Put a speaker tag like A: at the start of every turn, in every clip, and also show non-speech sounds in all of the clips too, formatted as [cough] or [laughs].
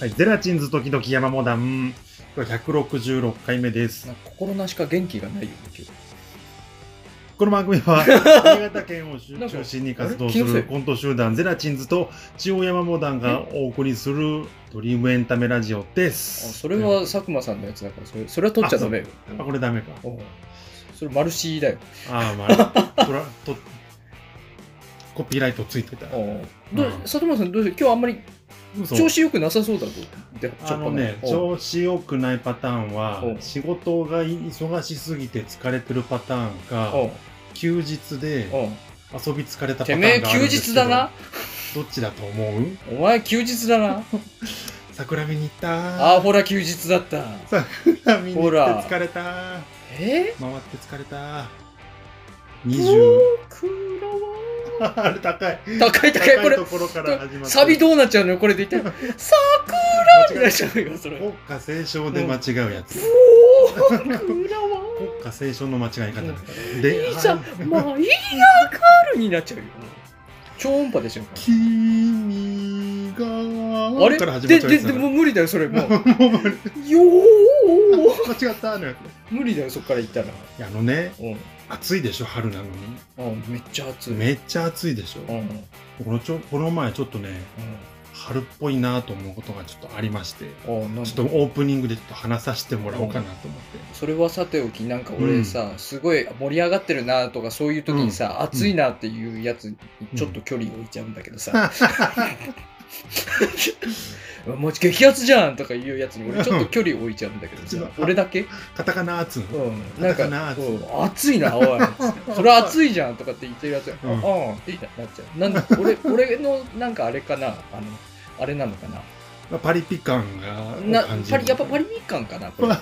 A: はい、ゼラチンズ時々山モダン。これ166回目です。
B: なんか心なしか元気がないよね、今日。
A: この番組
B: [laughs]
A: は、新潟県を中中心に活動す
B: なんかあれ気のせ
A: る
B: い
A: コント集団ゼラチンズと千代山モダンがお送りするドリームエンタメラジオで
B: あ
A: す。
B: それは佐久間さんのやつだから、それそれは取っちゃダメよ。
A: あ、これダメか。
B: うんそれマルシーだよ。
A: あー、まあ、 [laughs] トラとコピーライトついてた。
B: うんどう佐久間さん、どうして今日あんまり
A: そう
B: 調子良くなさそうだぞ。で
A: あのね、
B: ちょ
A: 調
B: っ
A: 子良くないパターンは
B: う、ん
A: 仕事が忙しすぎて疲れてるパターン
B: とね
A: か、休日で
B: うんうんうん
A: 遊び疲れたパタ
B: て
A: ーン
B: めえ、
A: がある
B: 休
A: んですけ
B: 日
A: ど
B: だな。
A: どっちだと思う
B: お前、休日だな。
A: 桜見に行った
B: ああ、ほら、休日だった。
A: 桜見に行
B: ほ
A: っ
B: ら
A: て疲れた
B: え
A: 回って疲れた
B: ー、
A: 20
B: 僕らは
A: あれ高い
B: 高い高い、これ
A: と。ころから始まって
B: サビどうなっちゃうのよこれで言ったら。さあ、
A: 間
B: な
A: [laughs] 違
B: っ
A: え
B: ちゃうよ、そ
A: た [laughs]
B: れ。
A: 国歌斉唱で間違うやつ
B: おー、僕らは。
A: 国歌斉唱の間違い方
B: い
A: で
B: いじゃ
A: あ、
B: んまあいいや、カールになっちゃうよ。超音波でしょ。
A: 君が
B: あれ
A: から始ま
B: で、
A: っちゃう
B: で、
A: やつ
B: で
A: だ
B: もう無理だよ、それ。もう。
A: [laughs] もうもう
B: よー
A: 間違ったのよ
B: 無理だよ、そっから行ったら。
A: いやあのね
B: うん。
A: 暑いでしょ春なのに
B: あめっちゃ暑い。
A: めっちゃ暑いでしょ
B: うん。うん。
A: このちょこの前ちょっとね春っぽいなと思うことがちょっとありまして
B: あなん
A: ちょっとオープニングでちょっと話させてもらおうかなと思って。
B: それはさておき、なんか俺さ、すごい盛り上がってるなとか、そういう時にさ、暑いなっていうやつにちょっと距離置いちゃうんだけどさ。も [laughs] う激アツじゃんとかいうやつに俺ちょっと距離置いちゃうんだけどさ、俺だけ
A: カタカナーツー
B: うん、なん
A: だからな
B: か、うん、暑い
A: [laughs]
B: な、おい、それ暑いじゃんとかって言ってるやつが、
A: うん
B: ああ、ってなっちゃう。なんだ、
A: [laughs]
B: 俺、俺の、なんかあれかな、あの、あれなのかな。
A: パリピ感が
B: な
A: 感じ
B: パ
A: る
B: リやっぱパリピ感か
A: [laughs]
B: な、これ。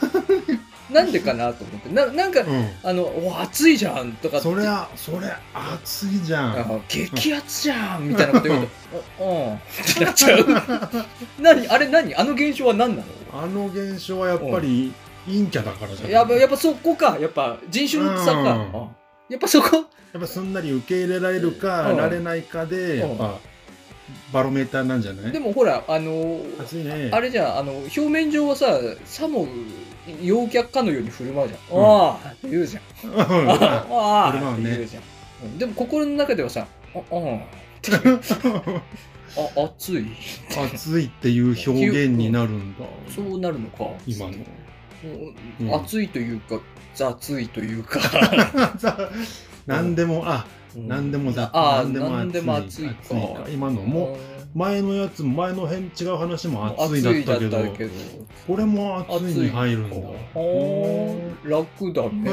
B: なんでかなと思って、ななんか、
A: う
B: あの、お暑いじゃんとか
A: ん、
B: って。
A: それはそれ暑いじゃ
B: あ
A: ん
B: の激アツじゃんみたいなこと言うと、うん、うんってなっちゃう。 [laughs] 何あれ何あの現象は何なの
A: あの現象はやっぱり陰キャだからじゃない
B: やっぱ、やっぱそこか、やっぱ人種の差か。
A: うん
B: うんやっぱそこ
A: やっぱすんなり受け入れられるか、
B: うん
A: られないかでやっぱバロメーターなんじゃない
B: でもほら、あの、
A: 暑いね [laughs]
B: あれじゃん、あの、表面上はさ、さも陽キャかのように振る舞うじゃん。
A: うん
B: ああって言うじゃん。
A: うん
B: ああ
A: 振る舞
B: っ
A: う
B: て
A: ね
B: 言うじゃん。うんでも心の中ではさ、あ、あ
A: [laughs]
B: ーってあ、暑い。
A: 暑いっていう表現になるんだ
B: そうなるのか。
A: 今の
B: うん
A: うん
B: 暑いというか、雑いとい
A: [laughs]
B: うか。
A: [laughs] 何でもあ何でも雑
B: ああ
A: 何でも暑い
B: 何でも暑いか
A: 今のも前のやつも前の辺違う話も暑いだったけど
B: 暑いだったけど
A: これも暑いに入るんだ
B: あー楽だ
A: う
B: ね。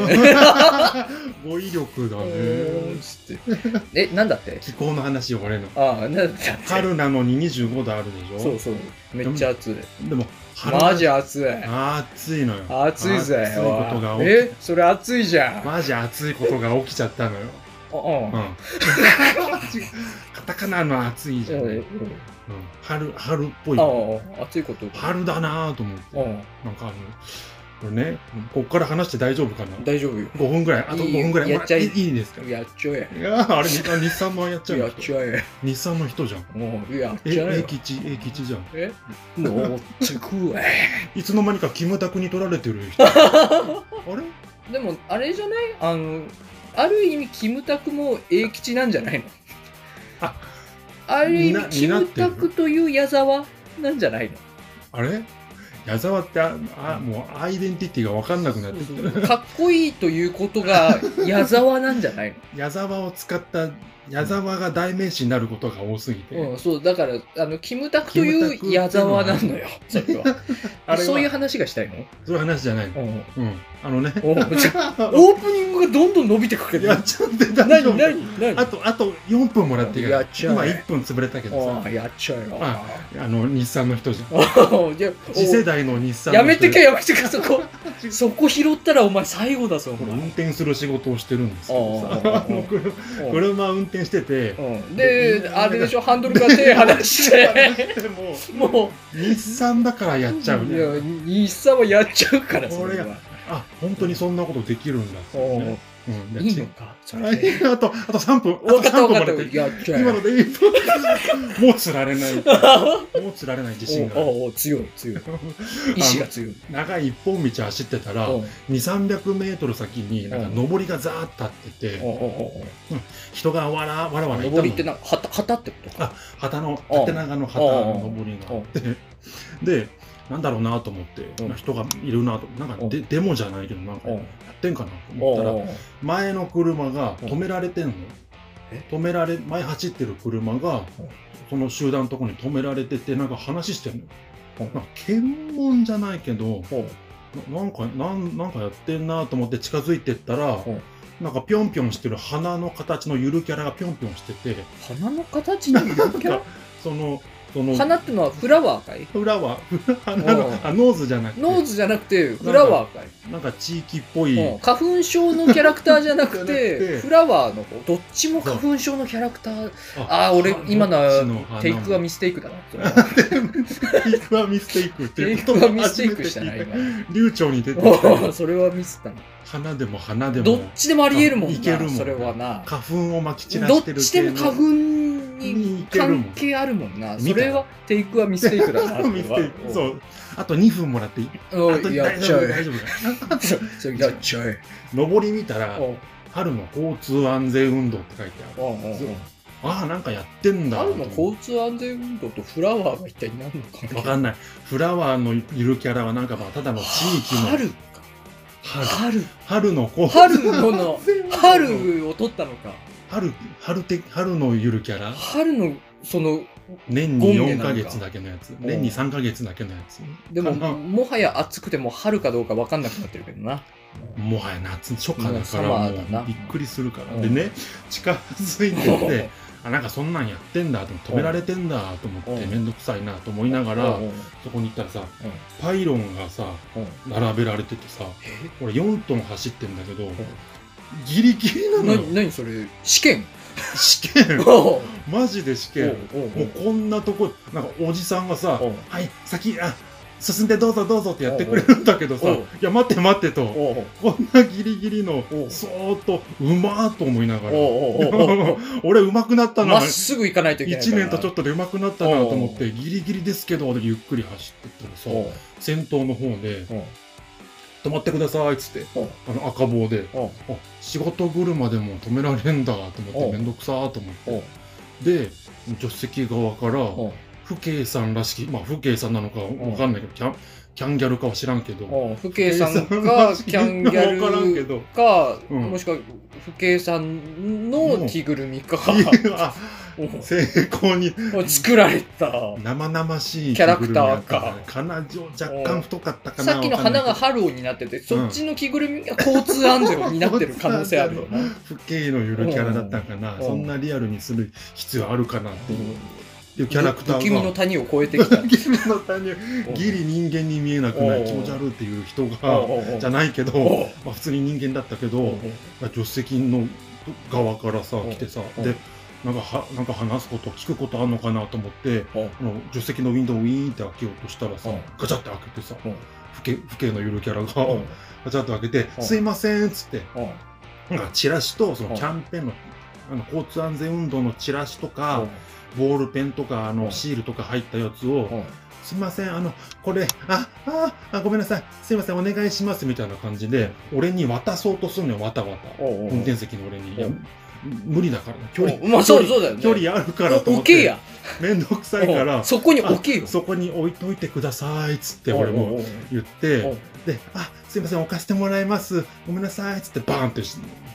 A: ん語彙力だね
B: つって。え、なんだって [laughs]
A: 気候の話よ俺の
B: ああ、なんだって。
A: 春なのに25度あるでしょ
B: そうそう。めっちゃ暑い。
A: でも春
B: マジ暑い。
A: 暑いのよ
B: 暑いぜ。
A: 暑いことが
B: お
A: 起
B: い
A: き
B: え、それ暑いじゃん。
A: マジ暑いことが起きちゃったのよ、
B: [laughs] うん
A: うん、カタカナの暑いじゃん、
B: う
A: うんん、春春っぽい
B: ああ、暑いこと。
A: 春だなぁと思って
B: うん、
A: なんかあの、これね、こっから話して大丈夫かな
B: 大丈夫よ。
A: ?5 分ぐらい、あと
B: いい
A: 5分ぐらい、
B: やっちゃ
A: い
B: い
A: いいいですかい
B: やっちゃえ。
A: やーあれ、日あ日産のやっちゃう
B: や
A: の
B: っちゃえ。
A: 日産の人じゃん。
B: もう、やっ
A: え、
B: ちゃえ
A: 英
B: よ。
A: 吉、英吉じゃん。
B: え乗ってくわ。
A: いつの間にかキムタクに取られてる人。あれ
B: [laughs] でも、あれじゃないあの、ある意味、キムタクも英吉なんじゃないの
A: あ
B: ある意
A: にな
B: 味、キムタクという矢沢なんじゃないの
A: あれ矢沢ってああ、もうアイデンティティが分かんなくなってきた。
B: かっこいいということが矢沢なんじゃないの
A: 矢沢を使った、矢沢が代名詞になることが多すぎて。
B: うん、そう、だから、あの、キムタクと
A: キムタクって
B: い
A: いう
B: う
A: のは
B: 矢沢なのよ、それは。
A: あれは
B: そういう話がしたいの
A: そういう話じゃないの。 [laughs]
B: うん。
A: うん。あのね、
B: おじゃあオープニングがどんどん伸びてくけど
A: や。っちゃって大丈夫
B: 何、何、何
A: あと、あと4分もらっていいから
B: やっちゃえ
A: 今1分潰れたけどさ
B: あ、あ、やっちゃえよ。
A: ああの、日産の人じゃん。
B: おじゃあ
A: 次世代の日産の
B: や
A: 人
B: めてけ、やめてけ、そこ。そこ拾ったらお前最後だぞ、お
A: これ
B: 前
A: 運転する仕事をしてるんですけどさ
B: ああああああ
A: あの車車運転してて
B: うんで、あれでしょ、ハンドルから手離
A: [laughs]
B: して、
A: でも
B: も
A: 日産だからやっ
B: う、
A: ちゃう
B: いや
A: ね
B: 日産はやっちゃうから、それ
A: これ
B: は。
A: あ本当にそんなことできるんだって
B: おう
A: ねうんで
B: いいのかそれで。
A: ち [laughs] あと、あと3分。
B: 分か
A: あと3分
B: った分かった。
A: まで。
B: やっちゃえ
A: 今ので1分。もうつられない。もうつられない自信があ
B: おう
A: る。
B: おうおう強い [laughs] 強い。意志が強い。
A: 長い一本道走ってたら、
B: お
A: 2、
B: う
A: 300メートル先に、なんか上りがザーッとあってて、
B: おうおうおう
A: 人がわらわらわらいた
B: 登
A: の
B: りってなんか旗旗ってことか。
A: 旗の
B: うん
A: 縦長の旗の上りがあってでなんだろうなと思って、
B: うん
A: 人がいるなとなんかでデモじゃないけどなんか
B: お
A: や
B: う
A: ってんかなと
B: お
A: 思
B: う
A: った
B: お
A: ら
B: う
A: 前の車が
B: うん
A: 止められてんの
B: え
A: 止められ前走ってる車が
B: うん
A: その集団のとこに止められててなんか話してんの
B: う
A: な
B: ん
A: んか検問じゃないけど
B: おう
A: ななんかなんなんかやってんなと思って近づいてったら
B: うん
A: なんかぴょんぴょんしてる鼻の形のゆるキャラがぴょんぴょんしてて
B: 花の形のゆるキャラ
A: そのその
B: 花ってのはフラワーかい
A: 裏は [laughs] 花
B: おう
A: のあノーズじゃなくて
B: ノーズじゃなくてフラワーかい
A: なんか地域っぽい、
B: うん花粉症のキャラクターじゃなく
A: じゃなくて
B: [laughs] てフラワーの方どっちも花粉症のキャラクターああ俺
A: 花
B: 今の
A: 花
B: テイクはミステイクだなそれは
A: テイクはミステイクって
B: [laughs] テ
A: い
B: イ
A: うこ
B: ク
A: と
B: は
A: も
B: ミス
A: 初
B: テイ
A: め
B: ク
A: て
B: したな
A: 聞い
B: 今
A: た流暢に出てき
B: おう
A: た
B: それはミスったな
A: 花でも花で
B: どっ
A: も
B: ちでもあり得るもん
A: いけるも
B: なんそれはな
A: 花粉をまき散ら
B: どっ
A: してる
B: ちでも花粉
A: にい
B: に
A: けるもん
B: 関係あるもんな
A: み
B: そ
A: たいな
B: れはテイクはミステイクだ
A: [laughs]
B: な
A: ミステイクそうあと2分もらっていい
B: お
A: あ
B: う
A: と
B: や
A: 大
B: っちゃ
A: 丈夫
B: え
A: 大丈夫 [laughs]
B: それやっちゃえ
A: 上り見たら
B: おう
A: 春の交通安全運動って書いてある
B: おうおうおう
A: ああなんかやってんだ
B: 春の交通安全運動とフラワーが一体何の関
A: わ
B: 係
A: かんない。フラワーのいるキャラはなんかまあただの地域の春
B: 春
A: 春
B: 春
A: の子
B: 春のの春を取ったのか
A: 春春て春のゆるキャラ
B: 春のその
A: 年
B: ゴ
A: に
B: ンゲ
A: 4
B: な
A: ヶ
B: のか
A: 月だけのやつ年に3ヶ月だけのやつ
B: でも
A: かな
B: もはや暑くても春かどうか分かんなくなってるけどな
A: もはや夏初夏だか
B: もうサマ
A: ら
B: ーだな
A: もうびっくりするから
B: うん
A: でね近づいて
B: [laughs]
A: ってあなんかそんなんやってんだと思って止められてんだと思って
B: うん
A: 面倒くさいなと思いなが
B: う
A: ら
B: んうん
A: そこに行ったらさパイロンがさ
B: うん
A: 並べられててさ俺4トン走ってんだけど
B: え
A: ギリギリなのよ
B: な何それ試験
A: 試験
B: おう
A: マジで試
B: お
A: 験
B: うおう
A: もうこんなとこなんかおじさんがさ
B: おう
A: 「はい先あ進んでどうぞどうぞ」ってやってくれるんだけどさ「
B: おう
A: いや待って待って」と
B: おう
A: こんなギリギリの
B: おう
A: そーっとうまーと思いなが [laughs] ら
B: おうおうおうおう
A: 俺うまくなったな
B: まっすぐ行かないといけない
A: 1年とちょ
B: っ
A: っとでうまくなったなと思っ
B: お
A: てギリギリですけど俺ゆっくり走ってったらさ
B: おう
A: 先頭の方で
B: おう
A: 「止まってください」っつって
B: おう
A: あの赤棒で
B: おう
A: あ仕事車でも止められんだと思っ
B: お
A: て
B: う
A: めんどくさーと思って
B: おう
A: で助手席側から
B: おう
A: 父兄さんらしきまあ父兄さんなのかわかんないけどキャンキャンギャルかは知らんけど
B: おう父兄さん
A: ら
B: か
A: しき
B: キャンギャル
A: わからんけど
B: か、
A: うん
B: もしくは父兄さんの着ぐるみか、
A: あ
B: を
A: 成功に
B: を作られた
A: 生々しい
B: キャラクターか
A: かなじょ若干太かったかな
B: さっきの花がハローになっててそっちの着ぐるみが交通安全を担ってる可能性あるよな、
A: 不敬のゆるキャラだったかな
B: うん
A: そんなリアルにする必要あるかなっていうっていうキ
B: キ
A: ャラクターが
B: 不気味の谷を越えてきた
A: 不気味の谷ギリ人間に見えなくな
B: う
A: い
B: ん
A: 気持ち悪いっていう人
B: お
A: が
B: うおうおう
A: じゃないけど、
B: おう
A: まあ、普通に人間だったけど、
B: おう
A: 助手席の側からさ
B: うん
A: 来てさ、
B: うん
A: でなんかはなんか話すこと聞くことあるのかなと思って、
B: うん
A: あの助手席のウィンドウをウィーンって開けようとしたらさ、
B: うん
A: ガチャって開けてさ、
B: うん
A: 不敬不敬のゆるキャラが、
B: おう
A: ガチャって開けて「
B: うん
A: すいません」っつって
B: おう
A: なんかチラシとそうの
B: ん
A: キャンペーンの,、あの交通安全運動のチラシとか、ボールペンとかあ
B: う
A: の
B: ん
A: シールとか入ったやつを、
B: おう
A: すいません、あの、これ、あ、あ、あごめんなさい、すいません、お願いします、みたいな感じで、俺に渡そうとすんのよ、わたわた。
B: おうおう
A: 運転席の俺に。いや
B: うん、
A: 無理だから、距離、
B: まあそう
A: 距離
B: そうだよね
A: 距離あるからと思っ
B: 置け
A: て
B: や、
A: めんどくさいか
B: お
A: ら
B: う、そこに置けよ
A: あそこに置いといてください、っつって、俺
B: おう
A: も
B: お
A: 言
B: う
A: っ
B: おうお
A: て、
B: う
A: で、あ、すいません、置かせてもらいます、ごめんなさい、っつって、バーンって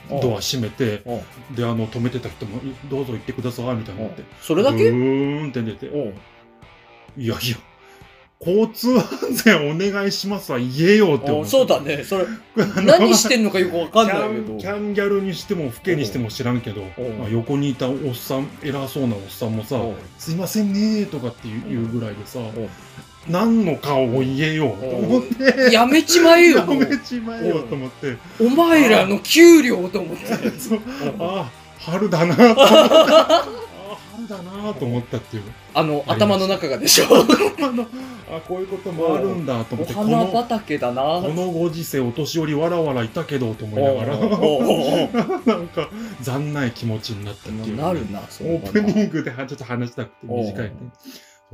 B: おう
A: ドア閉めて、
B: おう
A: で、あの、止めてた人も、いどうぞ行ってください、みたいになって。
B: それだ
A: う
B: け
A: ーんって出て。
B: おう
A: いやいや、交通安全お願いしますは言えよって
B: お
A: 思
B: う
A: う。
B: そうだねそれ
A: [laughs] あの
B: 何してんのかよくわかんないけ
A: キャ
B: ど
A: ンキャンギャルにしても、フケにしても知らんけど
B: おう、
A: まあ、横にいたおっさん、偉そうなおっさんもさ
B: おう、
A: すいませんねーとかっていう言うぐらいでさ
B: う、
A: 何の顔を言えよと思って、
B: やめちまえよ
A: や
B: もう
A: めちまえよと思って、
B: お前らの給料と思って
A: そう
B: おう
A: ああ、春だなと思って、ああ、春だなと思ったっていう
B: あの、頭の中がでしょ。
A: [laughs] あのあこういうこともあるんだと思
B: お
A: ってこ
B: 花
A: の
B: 畑だな
A: このご時世お年寄りわらわらいたけどと思いながら
B: おうおうお
A: [laughs]
B: う
A: なんか残ない気持ちになったっていう
B: なるな、そ
A: オープニングではちょっと話したくて短いね
B: おう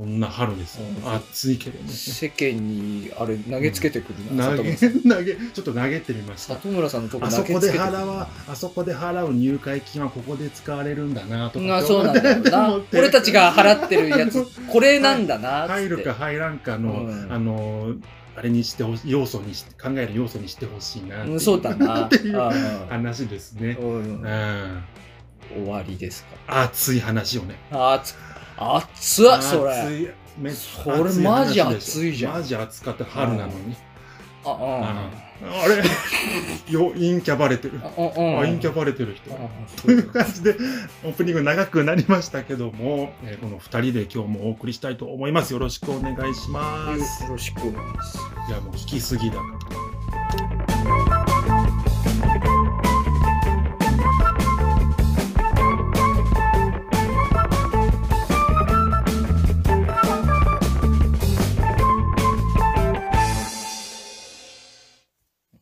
A: そんな春ですよ
B: おう
A: 暑いけどね
B: 世間に、あれ、投げつけてくるな、
A: 投げ
B: 里村さん
A: 投げちょっと投げてみました
B: 里村さんのとこ
A: あ
B: 投
A: そ
B: げ
A: こ
B: つ
A: で
B: けてくる
A: 払わあそこで払う入会金はここで使われるんだなと
B: う
A: か
B: んあそうなんだよ
A: で
B: な
A: もって
B: 俺たちが払ってる
A: [laughs]
B: やつこれなんだなっつって
A: 入るか入らんかの、
B: うん
A: あのあれにしてほし要素にし考える要素にしてほしいなってい
B: うんそうだな
A: [laughs] っていう
B: あ
A: 話ですね
B: ー、うん
A: うん、
B: 終わりですか
A: 熱い話をね
B: あーつ熱っそ
A: 熱
B: れ
A: いめ
B: それマジ
A: 話です
B: 熱いじゃん
A: マジ熱かった春なのに
B: あ
A: あ
B: あ
A: あれ [laughs] よ陰キャバレてる
B: あうんうん
A: あ陰キャバレてる人
B: あ
A: という感じでオープニング長くなりましたけども、えーこの2人で今日もお送りしたいと思いますよろしくお願いしま
B: よ
A: す
B: ろしくお願いします
A: いやもう聞きすぎだから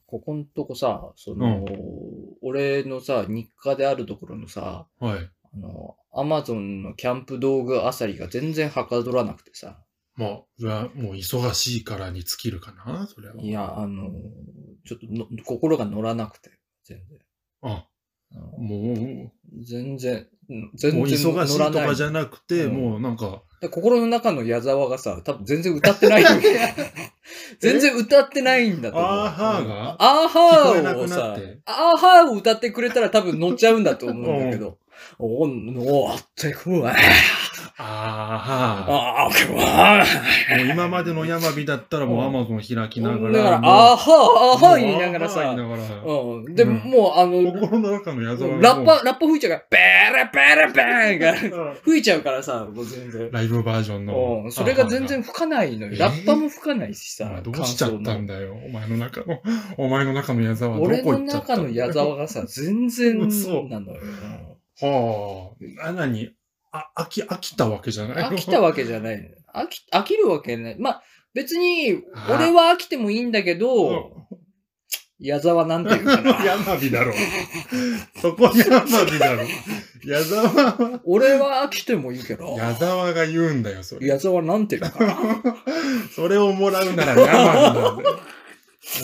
B: ここんとこさその、俺のさ日課であるところのさ
A: はい
B: あのアマゾンのキャンプ道具あさりが全然はかどらなくてさ
A: まあそれはもう忙しいからに尽きるかなそれはい
B: やあのちょっとの心が乗らなくて全然
A: あ
B: あの
A: もうも
B: 全然、うん
A: う
B: 全然
A: 忙しいとかじゃ
B: ん
A: なくて、
B: うん
A: もうなんか
B: 心の中の矢沢がさ、多分全然歌っ
A: [laughs]
B: てないよ。全然歌ってないんだと思う。
A: アーハーが
B: アーハ
A: 聞こえな
B: ーを
A: くなっ
B: さ
A: て、
B: アーハーを歌ってくれたら多分乗っちゃうんだと思うんだけど。おお、乗ってくわ。
A: あ
B: あーくわ。
A: あもう今までの山火だったらもうアマゾン開きながら
B: だから、
A: もう
B: アーハー、アーハー言いながら
A: もうアーハー言
B: さ。
A: いながら
B: うん。で、
A: うん
B: もう、あの、
A: 心の中の矢沢
B: ラッパ
A: がもう、
B: ラッパ吹いちゃうから、ベラベラベーンが
A: うん
B: 吹いちゃうからさ、もう全然。
A: ライブバージョンの
B: うん、それが全然吹かないのよ。
A: えー
B: ラッパも吹かないし
A: ま
B: さ
A: あ、どうしちゃったん
B: だ
A: だよ。お前の中の、お前の中の矢沢はど
B: 俺
A: こ
B: の
A: 行っちゃった
B: 中の矢沢がさ、全然なのよ。
A: はあ。なに、あ、飽き、飽きたわけじゃない。
B: 飽きたわけじゃないのよ飽き。飽きるわけない。まあ、別に、俺は飽きてもいいんだけど、矢沢なんていうかな
A: [laughs] 山火だろ。そこ山火だろ。矢沢は、
B: 俺は飽きてもいいけど、
A: 矢沢が言うんだよ、それ。
B: 矢沢なんていうか
A: [laughs]
B: な。
A: それをもらうなら山火なんだよ。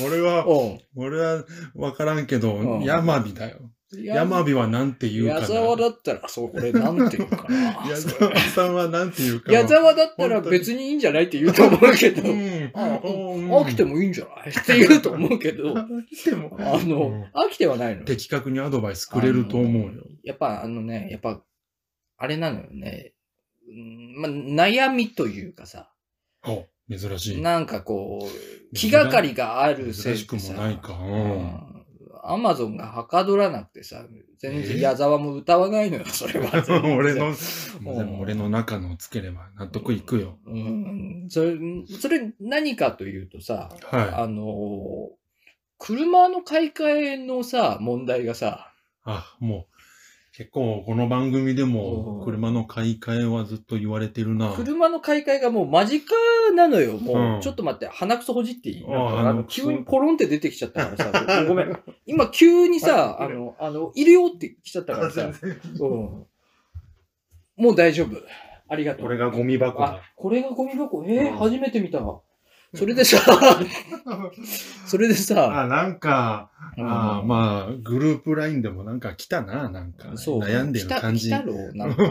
A: 俺は、
B: うん
A: 俺はわからんけど
B: う、ん
A: 山火だよ。山火はなんて言うかな。
B: 矢沢だったら、そう、俺なんていうか
A: [laughs]
B: な。
A: 矢沢さんはなんて言うかな。
B: 矢沢だったら別にいいんじゃないって言うと思うけど。
A: うん
B: あ
A: うん
B: 飽きてもいいんじゃない [laughs] って言うと思うけど、あ
A: 飽きても。
B: の、飽きてはないの。
A: 的確にアドバイスくれると思うよ。
B: やっぱあのね、やっぱ、あれなのよね。うんまあ、悩みというかさ、
A: あ珍しい。
B: なんかこう、気がかりがあるせい
A: 珍
B: で
A: し
B: さ
A: くもないか。う
B: うんんアマゾンがはかどらなくてさ、全然矢沢も歌わないのよ、それは。全
A: [laughs]
B: 然
A: 俺の、でも俺の中のつければ納得いくよ。。
B: うん。それ、それ何かというとさ、
A: はい。
B: あのー車の買い替えのさ、問題がさ、
A: あ、もう、結構この番組で
B: う
A: も
B: ん
A: 車の買い替えはずっと言われてるな。
B: 車の買い替えがもう間近なのよ。もう、
A: うん
B: ちょっと待って、鼻くそほじっていい
A: あー
B: なんかあ
A: 鼻
B: の
A: くそ
B: 急にポロンって出てきちゃったから
A: [laughs]
B: さ、ごめん。今急にさ、
A: はい
B: あの、あの、いるよって来ちゃったからさ、うん、もう大丈夫。ありがとう。
A: これがゴミ箱
B: あ
A: だ。、
B: これがゴミ箱。えー
A: うん
B: 初めて見た。それで
A: [laughs]
B: さ、それでさ、
A: あ、なんか、あ
B: うん
A: まあ、グループラインでもなんか来たな、なんか。
B: そう
A: 悩んでる感じ
B: 来。た来たろうなんか。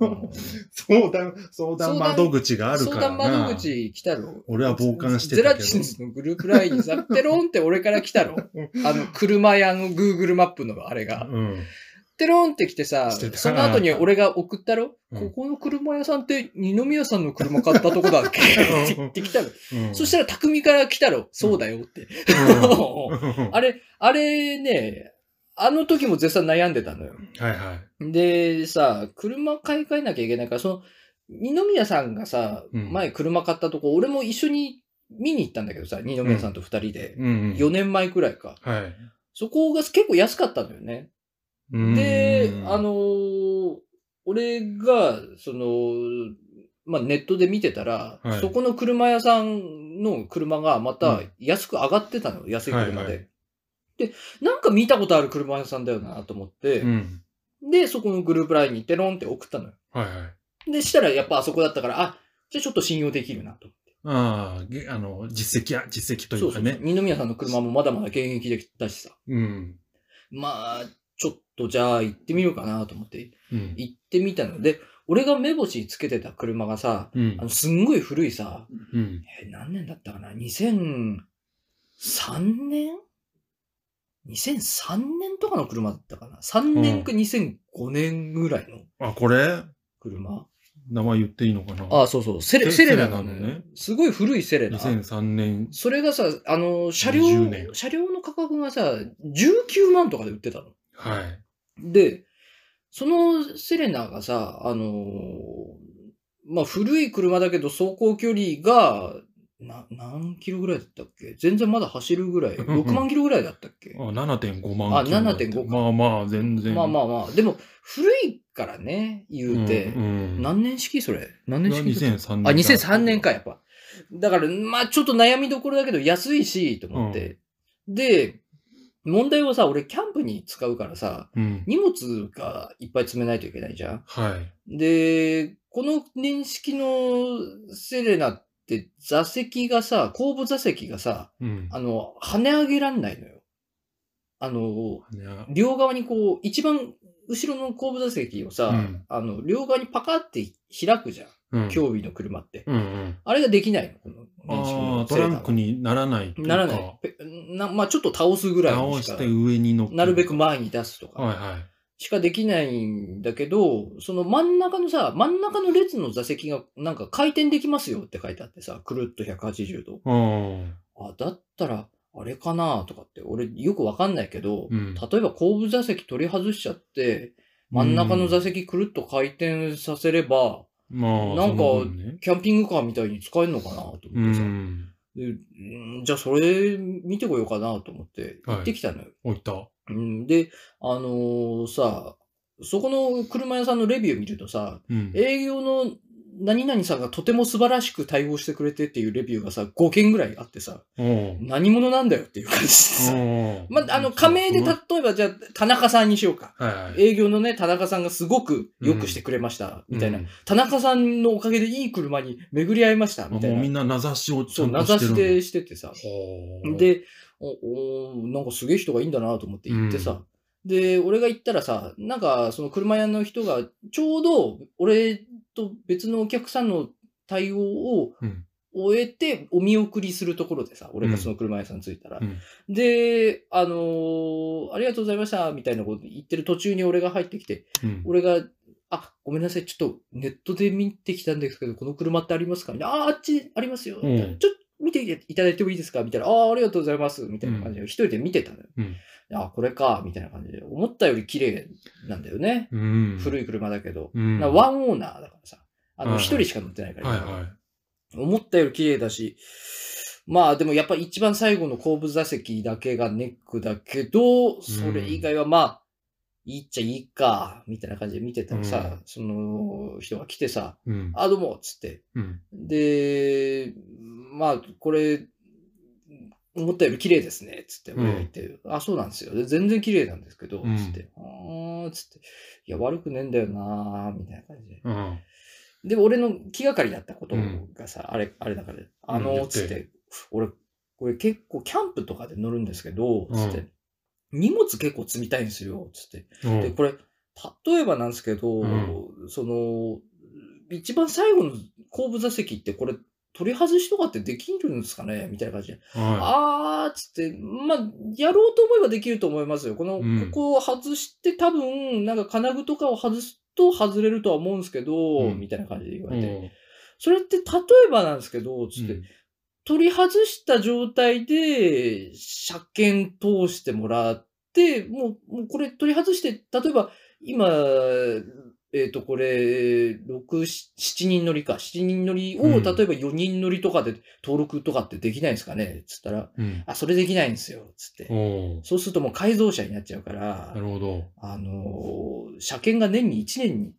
B: うん
A: [laughs] 相談、相談窓口がある
B: 相
A: から
B: 談
A: な。
B: 窓口来たろ。
A: 俺は傍観して
B: ゼ
A: た
B: ラ
A: け
B: チン
A: ど。
B: ズのグループラインにさ、テロンって俺から来
A: [laughs]
B: たろ。あの、車屋の Google マップのあれが。
A: うん。
B: テロンって来てさ、
A: してた
B: その後に俺が送ったろ。
A: うん
B: ここの車屋さんって二宮さんの車買ったとこだっ
A: [laughs]
B: けって言ってきたろ。
A: うん、
B: そしたら匠から来たろ。そうだよって。 [laughs]
A: うん、
B: あれ、あれね、あの時も絶賛悩んでたのよ。
A: はいはい。
B: でさ、車買い替えなきゃいけないから、その、二宮さんがさ、
A: うん
B: 前車買ったとこ、俺も一緒に見に行ったんだけどさ、二宮さんと二人で。
A: うんうん。
B: 4年前くらいか。
A: はい。
B: そこが結構安かったんだよね。
A: うん
B: で、あ、のー俺が、その、まあ、ネットで見てたら、
A: はい
B: そこの車屋さんの車がまた
A: うん
B: 安く上がってたの、安い車で。
A: はいはい
B: で、なんか見たことある車屋さんだよなと思って、
A: うん。
B: で、そこのグループラインにテロンって送ったのよ。
A: はいはい。
B: で、したらやっぱあそこだったから、あ、じゃあちょっと信用できるなと。
A: ああ、げあの、実績や、実績とい
B: そう
A: う
B: そ
A: か
B: う
A: ね。
B: そう。二宮さんの車もまだまだ現役でだしさ。
A: うん。
B: まあ、ちょっとじゃあ行ってみようかなと思って、
A: うん。
B: 行ってみたので、俺が目星つけてた車がさ、
A: うん
B: あの、。すんごい古いさ、
A: うん。
B: えー何年だったかな ?2003 年 ?2003 年とかの車だったかな ?3 年か2005年ぐらいの
A: あ、これ
B: 車。
A: 名前言っていいのかな
B: ああ、そうそう。セレ、セ
A: セ
B: レ
A: レ
B: ナ
A: ナ
B: な
A: な
B: の
A: のね
B: ね。すごい古いセレナ。
A: 2003年。
B: それがさ、あの、車
A: 20年
B: 両、車両の価格がさ、19万とかで売ってたの。
A: はい。
B: で、そのセレナがさ、あのまあ、古い車だけど走行距離が、な、何キロぐらいだったっけ全然まだ走るぐ
A: [laughs]
B: らい。
A: うんうん
B: 6万キロぐらいだったっけ
A: あ、7.5万
B: あ
A: キロだって
B: 7.5か
A: まあまあ、全然。
B: まあまあまあ。でも、古いからね、言うて。
A: うん。
B: 何年式それ何年式
A: 2003年。
B: あ、2003年か、やっぱ。だから、まあちょっと悩みどころだけど、安いし、と思って。で、問題はさ、俺、キャンプに使うからさ、
A: うん。
B: 荷物がいっぱい詰めないといけないじゃん。
A: はい。
B: で、この年式のセレナって座席がさ、後部座席がさ、
A: うん。
B: あの、跳ね上げらんないのよ。あの、
A: ね
B: 両側にこう、一番後ろの後部座席をさ、
A: うん
B: あの、両側にパカって開くじゃん。
A: うん。
B: 競技の車って。
A: うんうん。
B: あれができないの、この年式
A: ああ
B: の
A: ー、ト
B: セレナ
A: ラ
B: は
A: ンクにならないというか。
B: ならない。ペなまあちょっと倒すぐらい
A: 倒
B: にし
A: し
B: か
A: て、上に乗っけ
B: なるべく。前に出すと
A: はい
B: か、
A: はい。
B: しかできないんだけど、その真ん中のさ、真ん中の列の座席がなんか回転できますよって書いてあってさ、くるっと180度。
A: うん。
B: あ、だったら、あれかなとかって、俺よくわかんないけど、
A: うん
B: 例えば後部座席取り外しちゃって、真ん中の座席くるっと回転させれば、
A: まあ、
B: な
A: そ
B: んか
A: の分ね
B: キャンピングカーみたいに使えるのかなと思って
A: う
B: さ。
A: ん。
B: でうんじゃあそれ見てこようかなと思って
A: はい
B: 行ってきたのよ。
A: 置いた。
B: うんで、あのーさ、そこの車屋さんのレビュー見るとさ、
A: うん。
B: 営業の何々さんがとても素晴らしく対応してくれてっていうレビューがさ、5件ぐらいあってさ、
A: おう
B: 何者なんだよっていう感じでさ。
A: おう
B: まあ、あの、仮名で、
A: そ
B: 例
A: う
B: えばじゃあ、田中さんにしようか。
A: すごいはいはい。
B: 営業のね、田中さんがすごく良くしてくれました、みたいな
A: うん。。
B: 田中さんのおかげでいい車に巡り合いました、
A: まあ
B: みたい
A: もうみ
B: な。
A: んな名指しをち
B: そ
A: ゃ
B: う、
A: ん
B: 名
A: としてる
B: 指し
A: んだ
B: でしててさ。
A: ほう、
B: で、おおーなんかすげえ人がいいんだなと思って行ってさ、で、俺が行ったらさ、なんかその車屋の人がちょうど俺と別のお客さんの対応を
A: うん
B: 終えてお見送りするところでさ、俺がその車屋さんに着いたら、
A: うん
B: で、あのーありがとうございました、みたいなこと言ってる途中に俺が入ってきて、
A: うん、
B: 俺が、あ、ごめんなさい、ちょっとネットで見てきたんですけど、この車ってありますかみたいなあ、あっちありますよ。
A: うん
B: ちょっと見ていただいてもいいですかみたいな。ああ、ありがとうございます。みたいな感じで、一人で見てたのよ。
A: うん
B: あ、これか、みたいな感じで。思ったより綺麗なんだよね。
A: うん、
B: 古
A: い、
B: い車だけど。
A: うん、
B: なワンオーナーだからさ。あ
A: はい
B: の、
A: はい
B: 一人しか乗ってないから、
A: はいはい。
B: 思ったより綺麗だし。まあでもやっぱ一番最後の後部座席だけがネックだけど、それ以外はまあ、いいっちゃいいか、みたいな感じで見てたらさ、
A: うん
B: その人が来てさ、
A: うん。
B: あ、どうも、つって。
A: うん。
B: で、まあ、これ、思ったより綺麗ですね、つって、
A: うん
B: 俺が言って、あ、そうなんですよ。で全然綺麗なんですけど、
A: うん
B: つって、あー、つって、いや、悪くねえんだよなー、みたいな感じで。
A: うん。
B: で、俺の気がかりだったこと
A: うん
B: がさ、あれ、あれだから、あの
A: 言
B: ー、
A: って
B: つって、俺、これ結構キャンプとかで乗るんですけど、つって、
A: う
B: 荷物結構積みたいんですよ、つって。
A: うん
B: で、これ、例えばなんですけど、
A: うん
B: その、一番最後の後部座席ってこれ、取り外しとかってできるんですかねみたいな感じで。
A: は
B: あーっつって、まあ、やろうと思えばできると思いますよ。こ
A: う
B: の、
A: ん
B: ここを外して、多分、なんか金具とかを外すと外れるとは思うんですけど、
A: うん
B: みたいな感じで言わ
A: い。
B: れて。
A: うん
B: それって例えばなんですけど、つって、
A: うん
B: 取り外した状態で、車検通してもらって、もう、もうこれ取り外して、例えば、今、えっ、と、これ、6、7人乗りか、7人乗りを、
A: うん
B: 例えば4人乗りとかで登録とかってできないんですかねつったら、
A: うん。
B: あ、それできないんですよ、つって。
A: おう
B: そうするともう改造車になっちゃうから
A: な、るほど。
B: あのー車検が年に1年に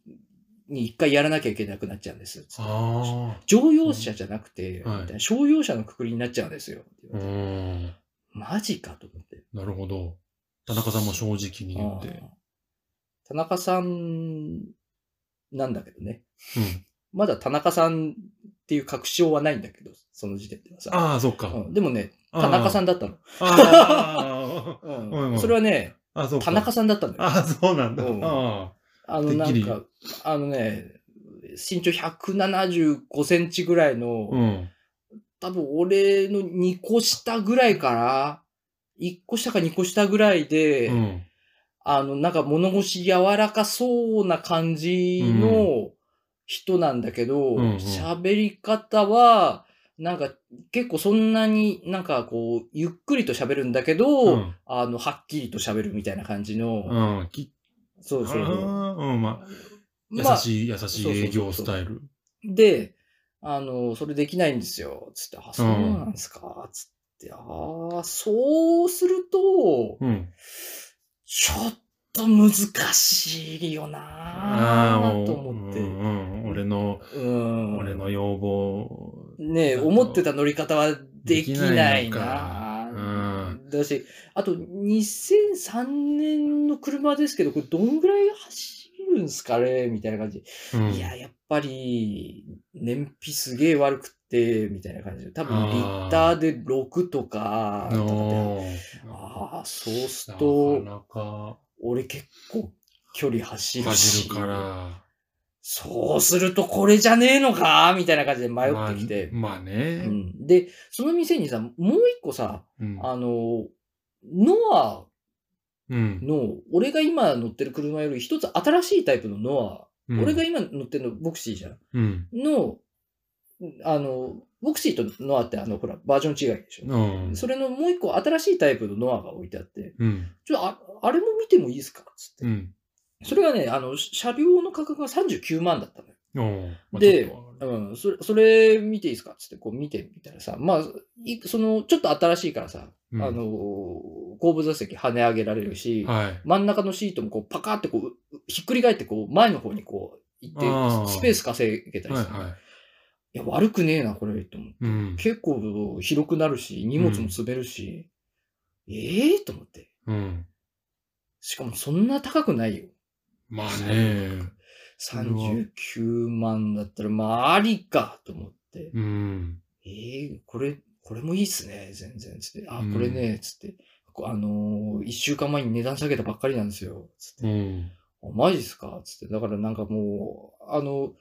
B: に一回やらなきゃいけなくなっちゃうんです。
A: あ
B: 乗用車じゃなくて、
A: うんはい
B: みたいな商用車のくくりになっちゃうんですよ。
A: あ。うん。
B: マジかと思って。
A: なるほど。田中さんも正直に言って。
B: ああ田中さんなんだけどね。
A: うん。
B: まだ田中さんっていう確証はないんだけど、その時点ではさ。
A: ああ、そっか。
B: うんでもね、田中さ
A: ん。
B: んだったの。
A: あ
B: う
A: うんうん
B: んそれはね、
A: あ。あ、そうか。
B: 田中さんだったんだよ。
A: ああ、そうなんだ。
B: うん
A: あ
B: あの、な
A: てっ
B: ん
A: きり
B: か、あのね、身長175センチぐらいの
A: あ。、うん。
B: 多分俺の2個下ぐらいから、1個下か2個下ぐらいで、
A: うん。
B: あの、なんか物腰柔らかそうな感じの人なんだけど、
A: うんうん
B: 喋、り方は、なんか結構そんなになんかこう、ゆっくりと喋るんだけど、
A: うん
B: あの、はっきりと喋るみたいな感じの、
A: うん。き
B: そうそうそう。
A: あーうん、まあ、優
B: まあ
A: しい、優しい営業スタイル。
B: で、あの、それできないんですよ。つって、あ、そうなんですか。つって、ああ、そうすると、
A: うん。
B: ちょっと難しいよな
A: ああ、も
B: ぁ
A: う。
B: と思って。
A: うんうん俺の、
B: うん。
A: 俺の要望。
B: ねえ、
A: なんか
B: 思ってた乗り方はできない
A: できないの
B: な
A: か
B: ぁ。だし、あと2003年の車ですけど、これどんぐらい走るんすかねみたいな感じ。
A: うん
B: いや、やっぱり、燃費すげえ悪くて、みたいな感じで。多分、
A: あー
B: リッターで6とか。
A: お
B: ああ、そうする
A: ー
B: と
A: な、かな
B: 俺結構距離走る
A: か
B: し。
A: 走るから。
B: そうするとこれじゃねえのかみたいな感じで迷ってきて。
A: まあ、まあ
B: う
A: ね。
B: ん、で、その店にさ、もう一個さ、
A: うん。
B: あの、ノア
A: うん。
B: の、俺が今乗ってる車より一つ新しいタイプのノア、
A: うん
B: 俺が、今乗ってるのボクシーじゃん。
A: うん。
B: の、あの、ボクシーとノアってあの、ほら、バージョン違いでしょ。
A: うん。
B: それのもう一個新しいタイプのノアが置いてあって、
A: うん。
B: ちょ、ああれも見てもいいですかつって。
A: うん。
B: それがね、あの、車両の価格が39万だったのよ。
A: おーまあ
B: で
A: ちょっと
B: うん、それ、それ見ていいですかつって、こう見てみたらさ、まあ、いその、ちょっと新しいからさ、
A: うん
B: あの、後部座席跳ね上げられるし、
A: はい。
B: 真ん中のシートもこうパカってこう、うひっくり返ってこう、前の方にこう、行
A: あー
B: って、スペース稼げたり
A: はい
B: する。
A: はい
B: や、悪くねえな、これ、と思う。
A: い。うん。
B: 結構広くなるし、荷物も積めるし、ええと思って。
A: うん。
B: しかもそんな高くないよ。
A: まあね。それは
B: 39万だったら、まあ、ありか、と思って。
A: うん。
B: えー、これ、これもいいっすね、全然、つって。あ
A: う、ん
B: これね、つって。こあのー一週間前に値段下げたばっかりなんですよ、つって。
A: うん。
B: あマジっすかつって。だからなんかもう、あの、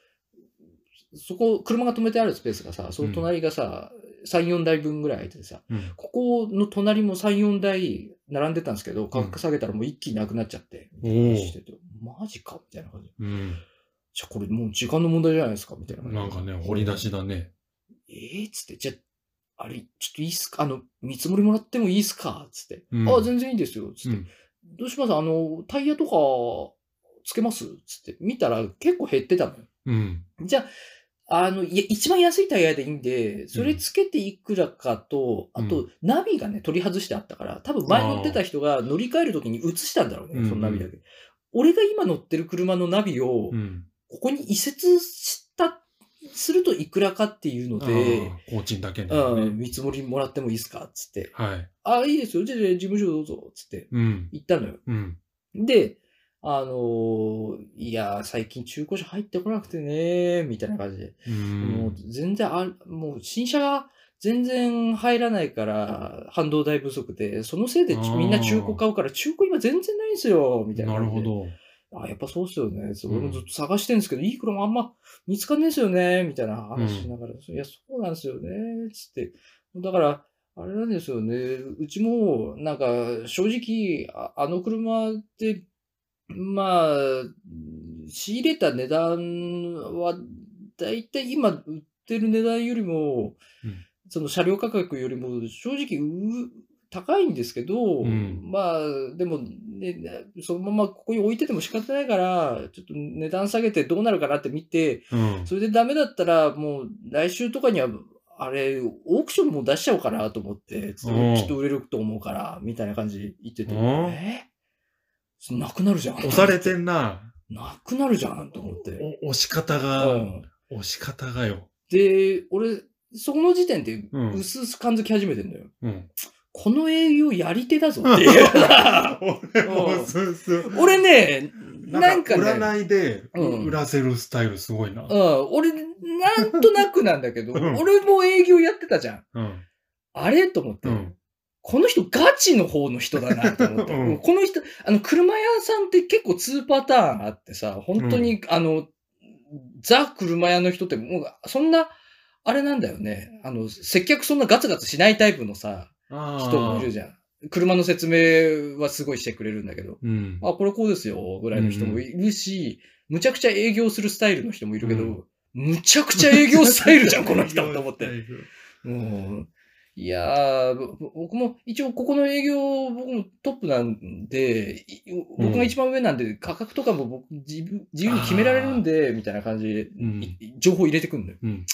B: そこ、車が止めてあるスペースがさ、その隣がさ、3、4台分ぐらい空いててさ、
A: うん
B: ここの隣も3、4台並んでたんですけど、価格下げたらもう一気になくなっちゃって、
A: お
B: して
A: ー
B: て、マジかみたいな感じで。
A: うん。
B: じゃあこれもう時間の問題じゃないですかみたいな感じで。
A: なんかね、掘り出しだね。
B: ええっつって、じゃあ、あれ、ちょっといいっすかあの、見積もりもらってもいいっすかっつって。
A: うん
B: あ、全然いいですよ。つ
A: う
B: って。
A: ん。
B: どうしますあの、タイヤとか、つけますつって。見たら結構減ってたのよ。
A: うん。
B: じゃあ、あの、いや、一番安いタイヤでいいんで、それつけていくらかと、
A: うん
B: あと、ナビがね、取り外してあったから、多分前乗ってた人が乗り換えるときに移したんだろう
A: うんう
B: ね、
A: ん
B: そのナビだけ。俺が今乗ってる車のナビを
A: う、ん。
B: ここに移設した、するといくらかっていうの
A: あ
B: で、
A: ー、コーチンだけね。
B: うん、見積もりもらってもいいですかつって。
A: はい。
B: ああ、いいですよ。じゃあ、じゃあ事務所どうぞ。つって。
A: うん。
B: 行ったのよ。
A: うん。
B: で、あのーいやー、最近中古車入ってこなくてねー、みたいな感じで。
A: う。
B: もうん全然あ、もう新車が全然入らないから、半導体不足で、そのせいでち
A: あー
B: みんな中古買うから、中古今全然ないんですよ、みたいな
A: な
B: 感
A: る
B: じで。
A: ほど。
B: あ、やっぱそうっすよね。そう
A: うん
B: 俺もずっと探してるんですけど、いい車あんま見つかんねえですよね、みたいな話しながら、いや、そうなんですよね、つって。だから、あれなんですよね。うちも、なんか、正直、ああの車って、まあ、仕入れた値段は、だいたい今売ってる値段よりも、
A: うん
B: その車両価格よりも、正直、う高いんですけど、
A: うん
B: まあ、でも、ね、そのままここに置いてても仕方ないから、ちょっと値段下げてどうなるかなって見て、
A: うん。
B: それでダメだったら、もう来週とかには、あれ、オークションも出しちゃおうかなと思って、
A: う
B: ちょ
A: ん
B: きっと売れると思うから、みたいな感じで言ってて、
A: うん
B: えなくなるじゃん。
A: 押されてんな。
B: なくなるじゃんと思って。
A: お押し方
B: う
A: が、
B: ん
A: 押し方がよ。
B: で、俺、そこの時点で、
A: うん
B: うすうす感づき始めてんだよ。
A: うん。
B: この営業やり手だぞっていう。
A: 俺もスースー
B: [laughs] 俺ね、なんかね、
A: 占いで、
B: うん
A: 売らせるスタイルすごいな。
B: うん、俺、なんとなくなんだけど、
A: うん
B: 俺も営業やってたじゃん。
A: うん。
B: あれと思って、
A: うん。
B: この人ガチの方の人だなと思って、
A: [laughs] うん
B: この人、あの、車屋さんって結構2パターンあってさ、本当に、あの、ザ車屋の人って、もう、そんな、あれなんだよね。あの、接客そんなガツガツしないタイプのさ、
A: あー
B: 人もいるじゃん。車の説明はすごいしてくれるんだけど、
A: うん。
B: あ、これこうですよ、ぐらいの人もいるし、むちゃくちゃ営業するスタイルの人もいるけど、
A: うん
B: むちゃくちゃ営業スタイルじゃ
A: [laughs]
B: ん、この人と思っ
A: 営
B: て。
A: 業ス
B: うんいやー、ぼ僕も一応ここの営業、僕もトップなんで、い
A: うん
B: 僕が一番上なんで、価格とかも僕自分自由に決められるんで、みたいな感じで、
A: タイル。うん。
B: い情報入れてくんのよ。
A: うん。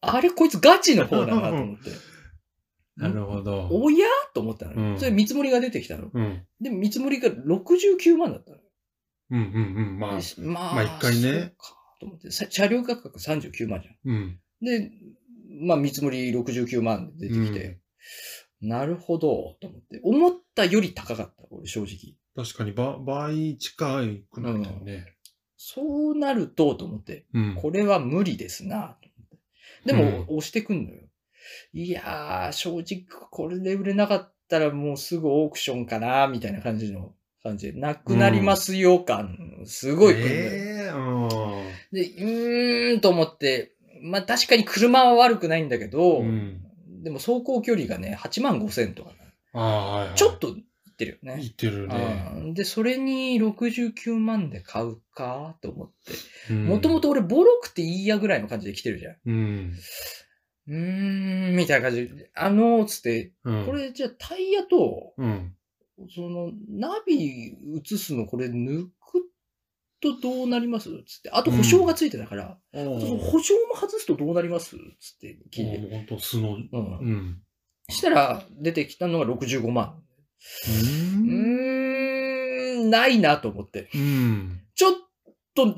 B: あれ、こいつガチの方だなと思って。
A: [laughs] なるほど。
B: おやと思ったのよ、
A: うん
B: それ見積もりが出てきたの。
A: うん。
B: で、見積もりが69万だったの。
A: うんうんうん。まあ
B: で、しま
A: まあ一回ね。
B: そうかと思ってさ車両価格39万じゃん。
A: うん。
B: で、まあ見積もり69万で出てきて、なるほど、と思って。思ったより高かった、俺正直。
A: 確かにば倍近いくなったよね。
B: そうなると、と思って、
A: うん。
B: これは無理ですな、と思って。でも、
A: う
B: 押してくんのよ。いやー、正直これで売れなかったらもうすぐオークションかな、みたいな感じの感じで、なくなりますよ感、すごい来んのよ。
A: ええうん
B: で、うーんと思って、まあ確かに車は悪くないんだけど、
A: うん
B: でも走行距離がね、8万5千とか、
A: ああ、はいはい。
B: ちょっといってるよ
A: 言
B: ね。
A: ってるね。
B: うんで、それに69万で買うかと思って。も
A: も
B: とも
A: と。
B: と俺ボロくていいやぐらいの感じで来てるじゃん。
A: うん。
B: うーん、みたいな感じで、あのー、つって、
A: うん
B: こ。れじゃあタイヤと、
A: うん。
B: その、ナビ映すのこれ抜くとどうなりますつって、あと保証がついてたから、
A: おー
B: その保証も外すとどうなりますつって聞いて。
A: おーほんと素の。
B: う。
A: うんん。
B: したら、出てきたのが65万。
A: う
B: うー
A: ん。
B: ん、ないなと思って。
A: うん。
B: ちょっと、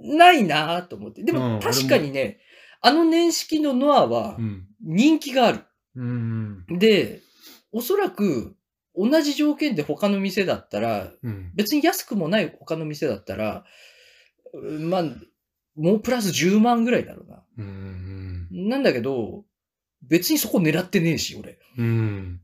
B: ないなと思って。で
A: うん
B: も、確かにね、あの年式のノアは
A: うん。
B: 人気がある。
A: うん。
B: で、おそらく、同じ条件で他の店だったら、
A: うん。
B: 別に安くもない他の店だったら、うんまあ、もうプラス10万ぐらいだろうな。
A: うん。
B: なんだけど、別にそこ狙ってねえし、俺。
A: うん。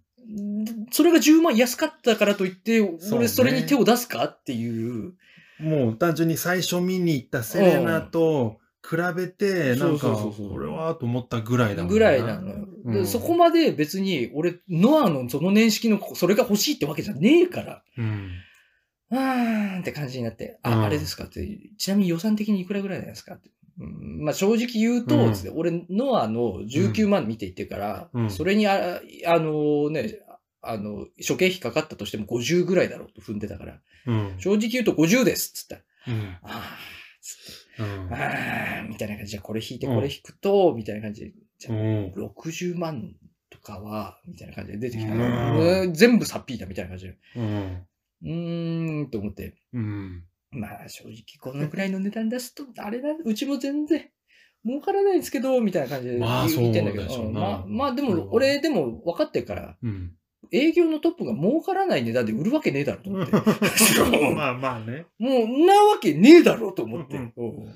B: それが10万安かったからといって、
A: そうね
B: 俺それに手を出すかっていう。
A: もう単純に最初見に行ったセレナと比べて、
B: うん
A: なん
B: そ
A: か、
B: うそうそうそう
A: これはと思ったぐらいだもん
B: ぐらいなのよ、
A: う
B: で
A: ん
B: そこまで別に俺、ノアのその年式のそれが欲しいってわけじゃねえから。
A: うん。
B: うーんって感じになって、あ、
A: うん
B: あれですかって、ちなみに予算的にいくらぐらいなんですかって。うんまあ正直言うと、
A: うん
B: つって俺、ノアの19万見ていってから、
A: うん
B: それにあ、あのね、あの、諸経費かかったとしても50ぐらいだろうと踏んでたから、
A: うん。
B: 正直言うと50ですっつったら。
A: うん。
B: ああ、つ
A: う
B: っ
A: ん
B: て、ああ、みたいな感じで、これ引いて、
A: うん
B: これ引くと、みたいな感じで、じゃ
A: うん。
B: あ60万とかは、みたいな感じで出てきた
A: うん
B: うん全部さっぴいだ、みたいな感じで。
A: うん。
B: うーん、と思って。
A: うん。
B: まあ、正直、このくらいの値段出すと、あれだ、うちも全然、儲からないんですけど、みたいな感じで
A: まあ
B: 言ってんだけど、
A: そうでしょう
B: うん
A: な
B: まあ、まあ、で
A: それは
B: も、俺、でも分かってるから、
A: うん。
B: 営業のトップが儲からない値段で売るわけねえだろ、と思 [laughs] って。
A: まあまあね。
B: もう、んなわけねえだろうと思って。
A: うん
B: うん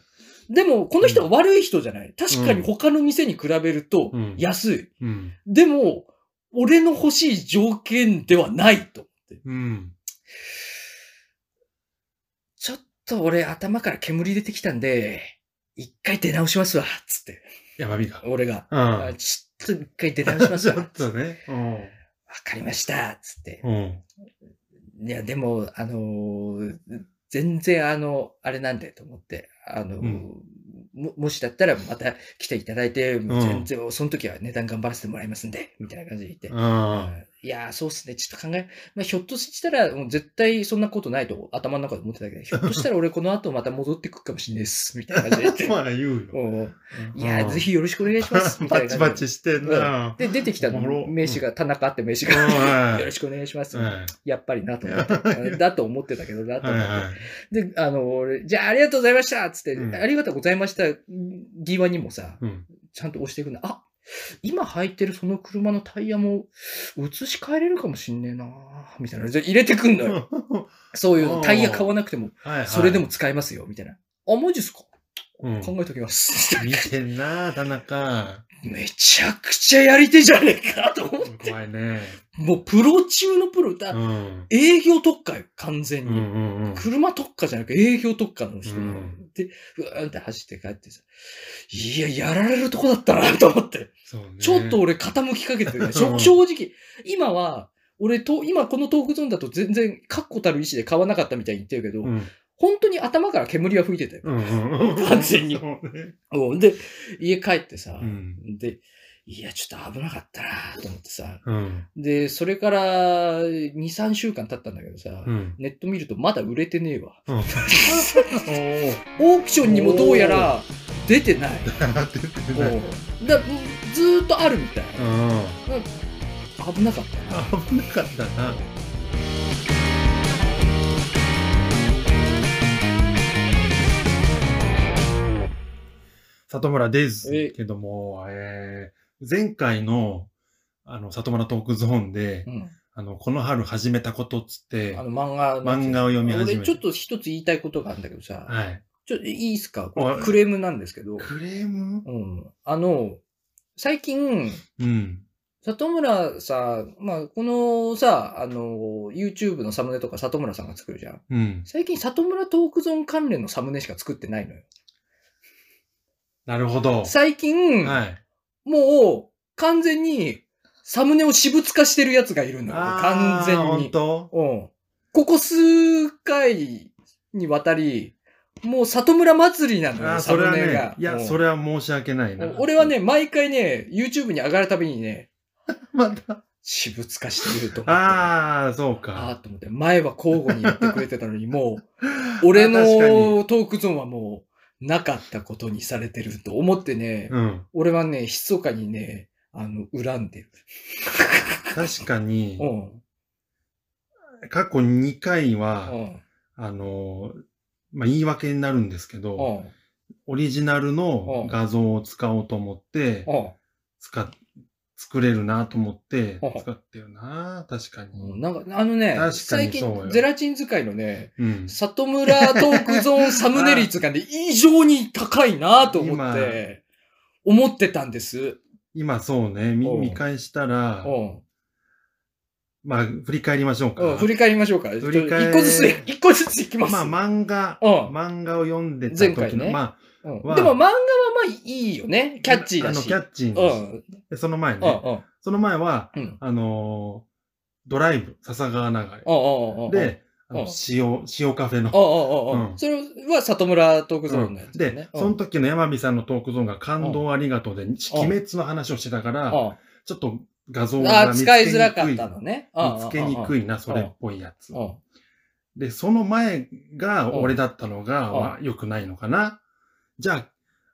B: でも、この人は悪い人じゃない。確かに他の店に比べると
A: うん
B: 安い。
A: うん。
B: でも、俺の欲しい条件ではないと思って。
A: うん。
B: ちょっと俺頭から煙出てきたんで、一回出直しますわ、つって。
A: 山火が。
B: 俺が。
A: う
B: あ
A: ん。
B: ちょっと一回出直します
A: [laughs] ち
B: わ。
A: ょ
B: わ
A: っとね。
B: かりました、つって
A: う。ん。
B: いや、でも、あのー全然、あの、あれなんでと思って、あのー
A: うん
B: も、もしだったらまた来ていただいて、
A: ん
B: 全然、その時は値段頑張らせてもらいますんで、みたいな感じで言って、
A: うん。うん。
B: あいやー、そうっすね。ちょっと考え、まあ、ひょっとしたら、もう絶対そんなことないと頭の中で思ってたけ
A: [laughs]
B: ど、ひょっとしたら俺この後また戻ってくるかもしれないっす、みたいな感じで言っ
A: [laughs]
B: て。
A: まあ言うよ。
B: うんいやー、ぜ
A: ひ、
B: ひよろしくお願いします、みた
A: バ
B: いな
A: チ
B: 感じで。
A: バチしてんな。
B: で、出てきた
A: おもろ
B: 名刺が、田中って名刺
A: うんは
B: が、
A: い
B: [laughs] よろしくお願いします。
A: はい
B: やっぱりなと思って、だと思ってたけどなと
A: はい
B: 思って。
A: はい。
B: で、あの、俺じゃあありがとうございましたっつって、
A: うん
B: ありがとうございました際にもさ、
A: うん。
B: ちゃんと押していくんだ。あ今履いてるその車のタイヤも移し替えれるかもしんねえなみたいな。じゃあ入れてくんだよ。そういう
A: あ
B: の。
A: ー
B: タイヤ買わなくても、
A: はいはい
B: [laughs] それでも、使えますよ、みたいな。あ、マジっすか
A: うん
B: 考えときます。 [laughs]
A: 見てんな、田中。
B: めちゃくちゃやり手じゃねえかと思って。
A: 怖いね。
B: もうプロ中のプロだ。
A: うん。
B: 営業特化よ、完全
A: うん
B: に。
A: うんうん。
B: 車特化じゃなく営業特化の人なの、
A: うん
B: で、うわーんって走って帰ってさ、いや、やられるとこだったなと思って。
A: そうね。
B: ちょっと俺傾きかけて
A: [laughs]
B: る、ね。し
A: う
B: ょ
A: ん
B: 正直、今は、俺と、今このトークゾーンだと全然確固たる意思で買わなかったみたいに言ってるけど、
A: うん。
B: 本当に頭から煙は吹いてたよ。
A: うんうんうん。
B: 完全に
A: そうね
B: うんで、家帰ってさ、
A: うん。
B: で、いや、ちょっと危なかったなと思ってさ、
A: うん。
B: で、それから2、3週間経ったんだけどさ、 [laughs]
A: うん。
B: ネット見るとまだ売れてねえわ。
A: うん
B: オークションにもどうやら出てない。
A: [laughs] 出てない。
B: おうだずーっとあるみたい。
A: うん。
B: 危なかったな。
A: 危なかったな。里村です
B: えい
A: けども、えー前回のあの里村トークゾーンで、
B: うん、
A: あのこの春始めたことっつって
B: あの漫画の
A: 漫画を読み始め
B: 俺ちょっと一つ言いたいことがあるんだけどさ、
A: はい、
B: ちょっといいっすかこ
A: おい
B: れクレームなんですけど、
A: クレーム
B: うん、あの、最近、
A: うん
B: 里村さん、まあ、このさ、あの、YouTube のサムネとか里村さんが作るじゃん。
A: うん
B: 最近、里村トークゾーン関連のサムネしか作ってないのよ。
A: なるほど、
B: 最近、
A: はい、
B: もう、完全に、サムネを私物化してるやつがいるんだよ。完全
A: あー本
B: に。
A: 当
B: うん。ここ数回にわたり、もう里村祭りなの
A: あ
B: よ、
A: ー
B: サ
A: それ
B: ム
A: は
B: ネ
A: ね
B: が。
A: いや
B: うん
A: それは申し訳ないな
B: 俺はね、毎回ね、YouTube に上がるたびにね、
A: [laughs] また
B: 私物化していると思って。
A: ああそう
B: あ
A: か
B: ーと思って。前は交互にやってくれてたのに、もう、 [laughs] 俺
A: あ確かに
B: のトークゾーンはもう、なかったことにされてると思ってね、
A: うん
B: 俺はね、密かにね、あの、恨んでる。
A: 確かに
B: うん。
A: 過去2回
B: う
A: は、
B: ん。
A: あの、まあ、言い訳になるんですけ
B: う
A: ど、
B: ん。
A: オリジナルの
B: うん
A: 画像を使おうと思って、
B: うん。
A: 使っ、作れるなと思って
B: うん、
A: 使ってるな確か
B: うん
A: に。
B: なんか、あのね
A: 確、かに
B: 最
A: そう
B: 近、
A: よ
B: ゼラチン使いのね、
A: うん。
B: 里村トークゾーンサムネ率
A: [laughs]
B: がね、異常に高いなと思って、思ってたんです。
A: 今そうね、み
B: うん
A: 見返したら
B: う、ん。
A: まあ、振り返りましょう
B: う
A: か
B: ん、。振り返りましょうか。
A: 振り返
B: 一個ずつ、一個ずついきます。
A: まあ、漫画、
B: うん
A: 漫画を読んでた
B: 前
A: 時
B: 回
A: の、
B: ね
A: まあ、
B: うん
A: は
B: でも漫画はまあいいよね。キャッチーだ
A: あの、
B: し。
A: キャッチー
B: うん。う
A: だし
B: ん。
A: でその前
B: うん。
A: ね、その前は、
B: うん。うん。
A: あのー、ドライブ、笹川流れ。
B: うん。うん。
A: で、あ
B: う
A: の
B: ん
A: 塩、塩カフェの
B: うん、。うん。うん。う。
A: うんん
B: それは里村トークゾーンのやつだよね。
A: で、その時の山美さんのトークゾーンが感動ありがとうで、鬼滅の話をしてたから、
B: うん
A: ちょっと画像
B: あ
A: が
B: あ、
A: 見つ
B: 使
A: け
B: いづらかっ
A: に
B: た
A: く
B: のね。
A: い。見つけにく
B: い。
A: いな、それっぽいやつ
B: う。ん。
A: で、その前が俺だったの
B: う
A: が
B: ん
A: まあ良くないのかな。じゃあ、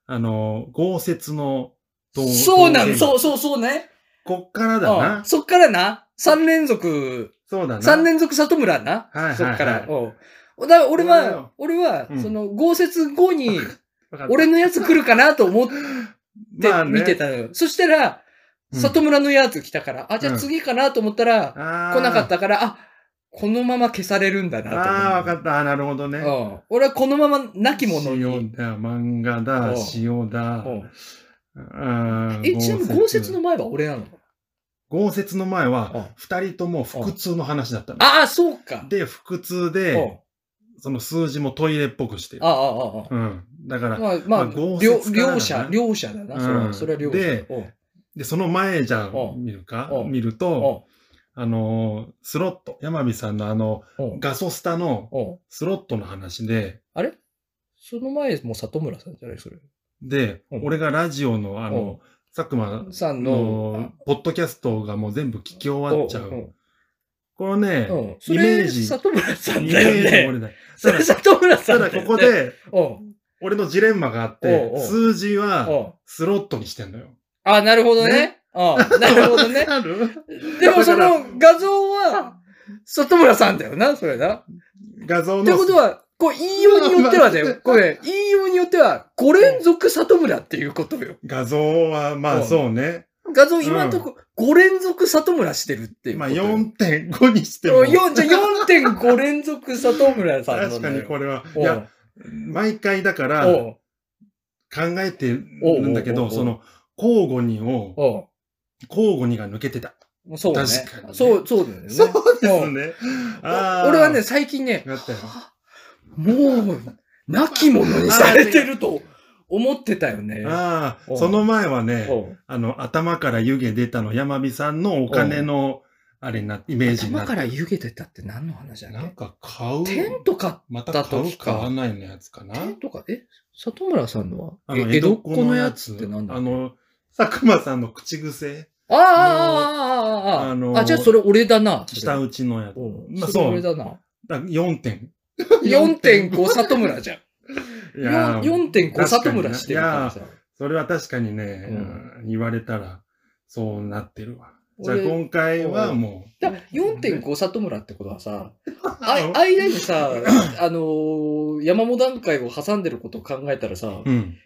A: あの、豪雪の動
B: そうなの、
A: 動
B: そ
A: 画
B: うそうそうね。
A: こっからだ
B: う。
A: なん
B: そっからな、3連続、
A: そうだな。
B: 3連続里村な。
A: はいはいはい
B: そっから。うんだから俺
A: そうだ
B: は
A: よ、
B: 俺は
A: う、ん
B: その、豪雪
A: [laughs]
B: 後に、
A: わかった
B: 俺のやつ来るかなと思って
A: まあね
B: 見てたのよ。そしたら、
A: うん
B: 里村のやつ来たから、あ、じゃあ次かなと思ったら、
A: あ。
B: 来なかったたから、あ、このまま消されるんだなと思って。
A: ああ、わかった。あーなるほどね。
B: うん。俺はこのまま亡き者に。
A: 塩だ、漫画だ、塩だ。
B: うん
A: あー
B: え、ちなみに豪雪の前は俺なの
A: 豪雪の前
B: うん
A: は、二人とも腹痛の話だったの。
B: ああ、そうか。
A: で、腹痛
B: うん
A: で、その数字もトイレっぽくしてる
B: あ。あ、ああ、ああ。
A: うん。だから、
B: まあ、ま
A: ま
B: あ、
A: あ豪雪からだ
B: 両
A: な
B: 両者、両者だな。それは、
A: うん
B: それは両者。
A: で
B: おう
A: で、その前じゃ
B: うん
A: 見るか
B: うん
A: 見る
B: お
A: と、
B: う
A: あのー、スロット、山美さんのあの、
B: おう
A: ガソスタの
B: おう
A: スロットの話で、
B: あれその前も里村さんじゃないそれ。
A: で、
B: うん
A: 俺がラジオのあ
B: おう
A: の、佐久間
B: さんの
A: の、ポッドキャストがもう全部聞き終わっちゃ
B: んん
A: う。このね、
B: うん。そ
A: イメー
B: れ、
A: ジ
B: 里村さ
A: イ
B: ん
A: メ
B: だ
A: ージ
B: よ
A: 漏
B: ね。
A: れ
B: [laughs]
A: ない。
B: そ
A: た
B: れ、
A: だ、
B: 里村さ
A: た
B: んだ
A: だ
B: よね。
A: ここで、
B: うん、
A: 俺のジレンマがあって
B: おうおう、
A: 数字は
B: うん。
A: スロットにしてんのよ。
B: あ、なるほどね
A: ね。。
B: うん。なるほどね
A: [laughs] ある
B: でも
A: だか
B: そ
A: ら
B: の画像は、里村さんだよな、それな。
A: 画像の。
B: ってことは、こう、言いようによってはだよ。これ、言いようによっては、5連続里村っていうことよ。
A: 画像は、ま
B: う
A: あ
B: ん
A: そうね。
B: 画像今んとこ5連続里村してるっていうこ
A: まあ
B: とよ。
A: 4.5にしても。
B: 4じゃあ4.5連続里村さんなん
A: 確
B: だ
A: か
B: よ
A: にこれは。い
B: おう
A: や、毎回だから
B: お
A: 考
B: う
A: えてるんだけ
B: おうお
A: ど、
B: うおう
A: その、交互にを、
B: おう
A: 交互にが抜けてた。
B: もうそうね。
A: 確かにね
B: そう、そうだよね。
A: そうです
B: ん。
A: ね。あー
B: 俺はね、、最近ね、
A: わかったよ
B: はあもう、亡き者にされてると思ってたよね。
A: あ
B: お
A: あ、その前はね、
B: おう
A: あの、頭から湯気出たの山火さんのお金の、あれにな、イメージにな
B: 頭
A: っ
B: か
A: て。
B: ら湯気出たって何の話だ
A: な
B: っ
A: んか買う
B: け。テント買っ
A: また買
B: 買っ
A: う
B: た時か
A: 買わないのやつかな
B: テントか、え里村さんのは
A: あ
B: え
A: の、
B: 江戸っ子のやつってなんだ
A: あ
B: っけ
A: の、佐久間さんの口癖、
B: あああああああああ
A: あの
B: あじゃあそれ俺だな。
A: 舌
B: う
A: 打ちのやつ。
B: ん。
A: まあ
B: それ
A: そう
B: 俺
A: [laughs]
B: だな。
A: だ4点。 [laughs]
B: 4.5里村じゃん。
A: いやー
B: 4.5里村してるからさ。
A: それは確かにね、
B: う
A: うん言われたら、そうなってるわ。じゃあ
B: 俺
A: 今回はもう。
B: だから4.5里村ってことはさ、あ
A: あ
B: 間に
A: [laughs]
B: さ、あのー山も段階を挟んでることを考えたらさ、
A: うん。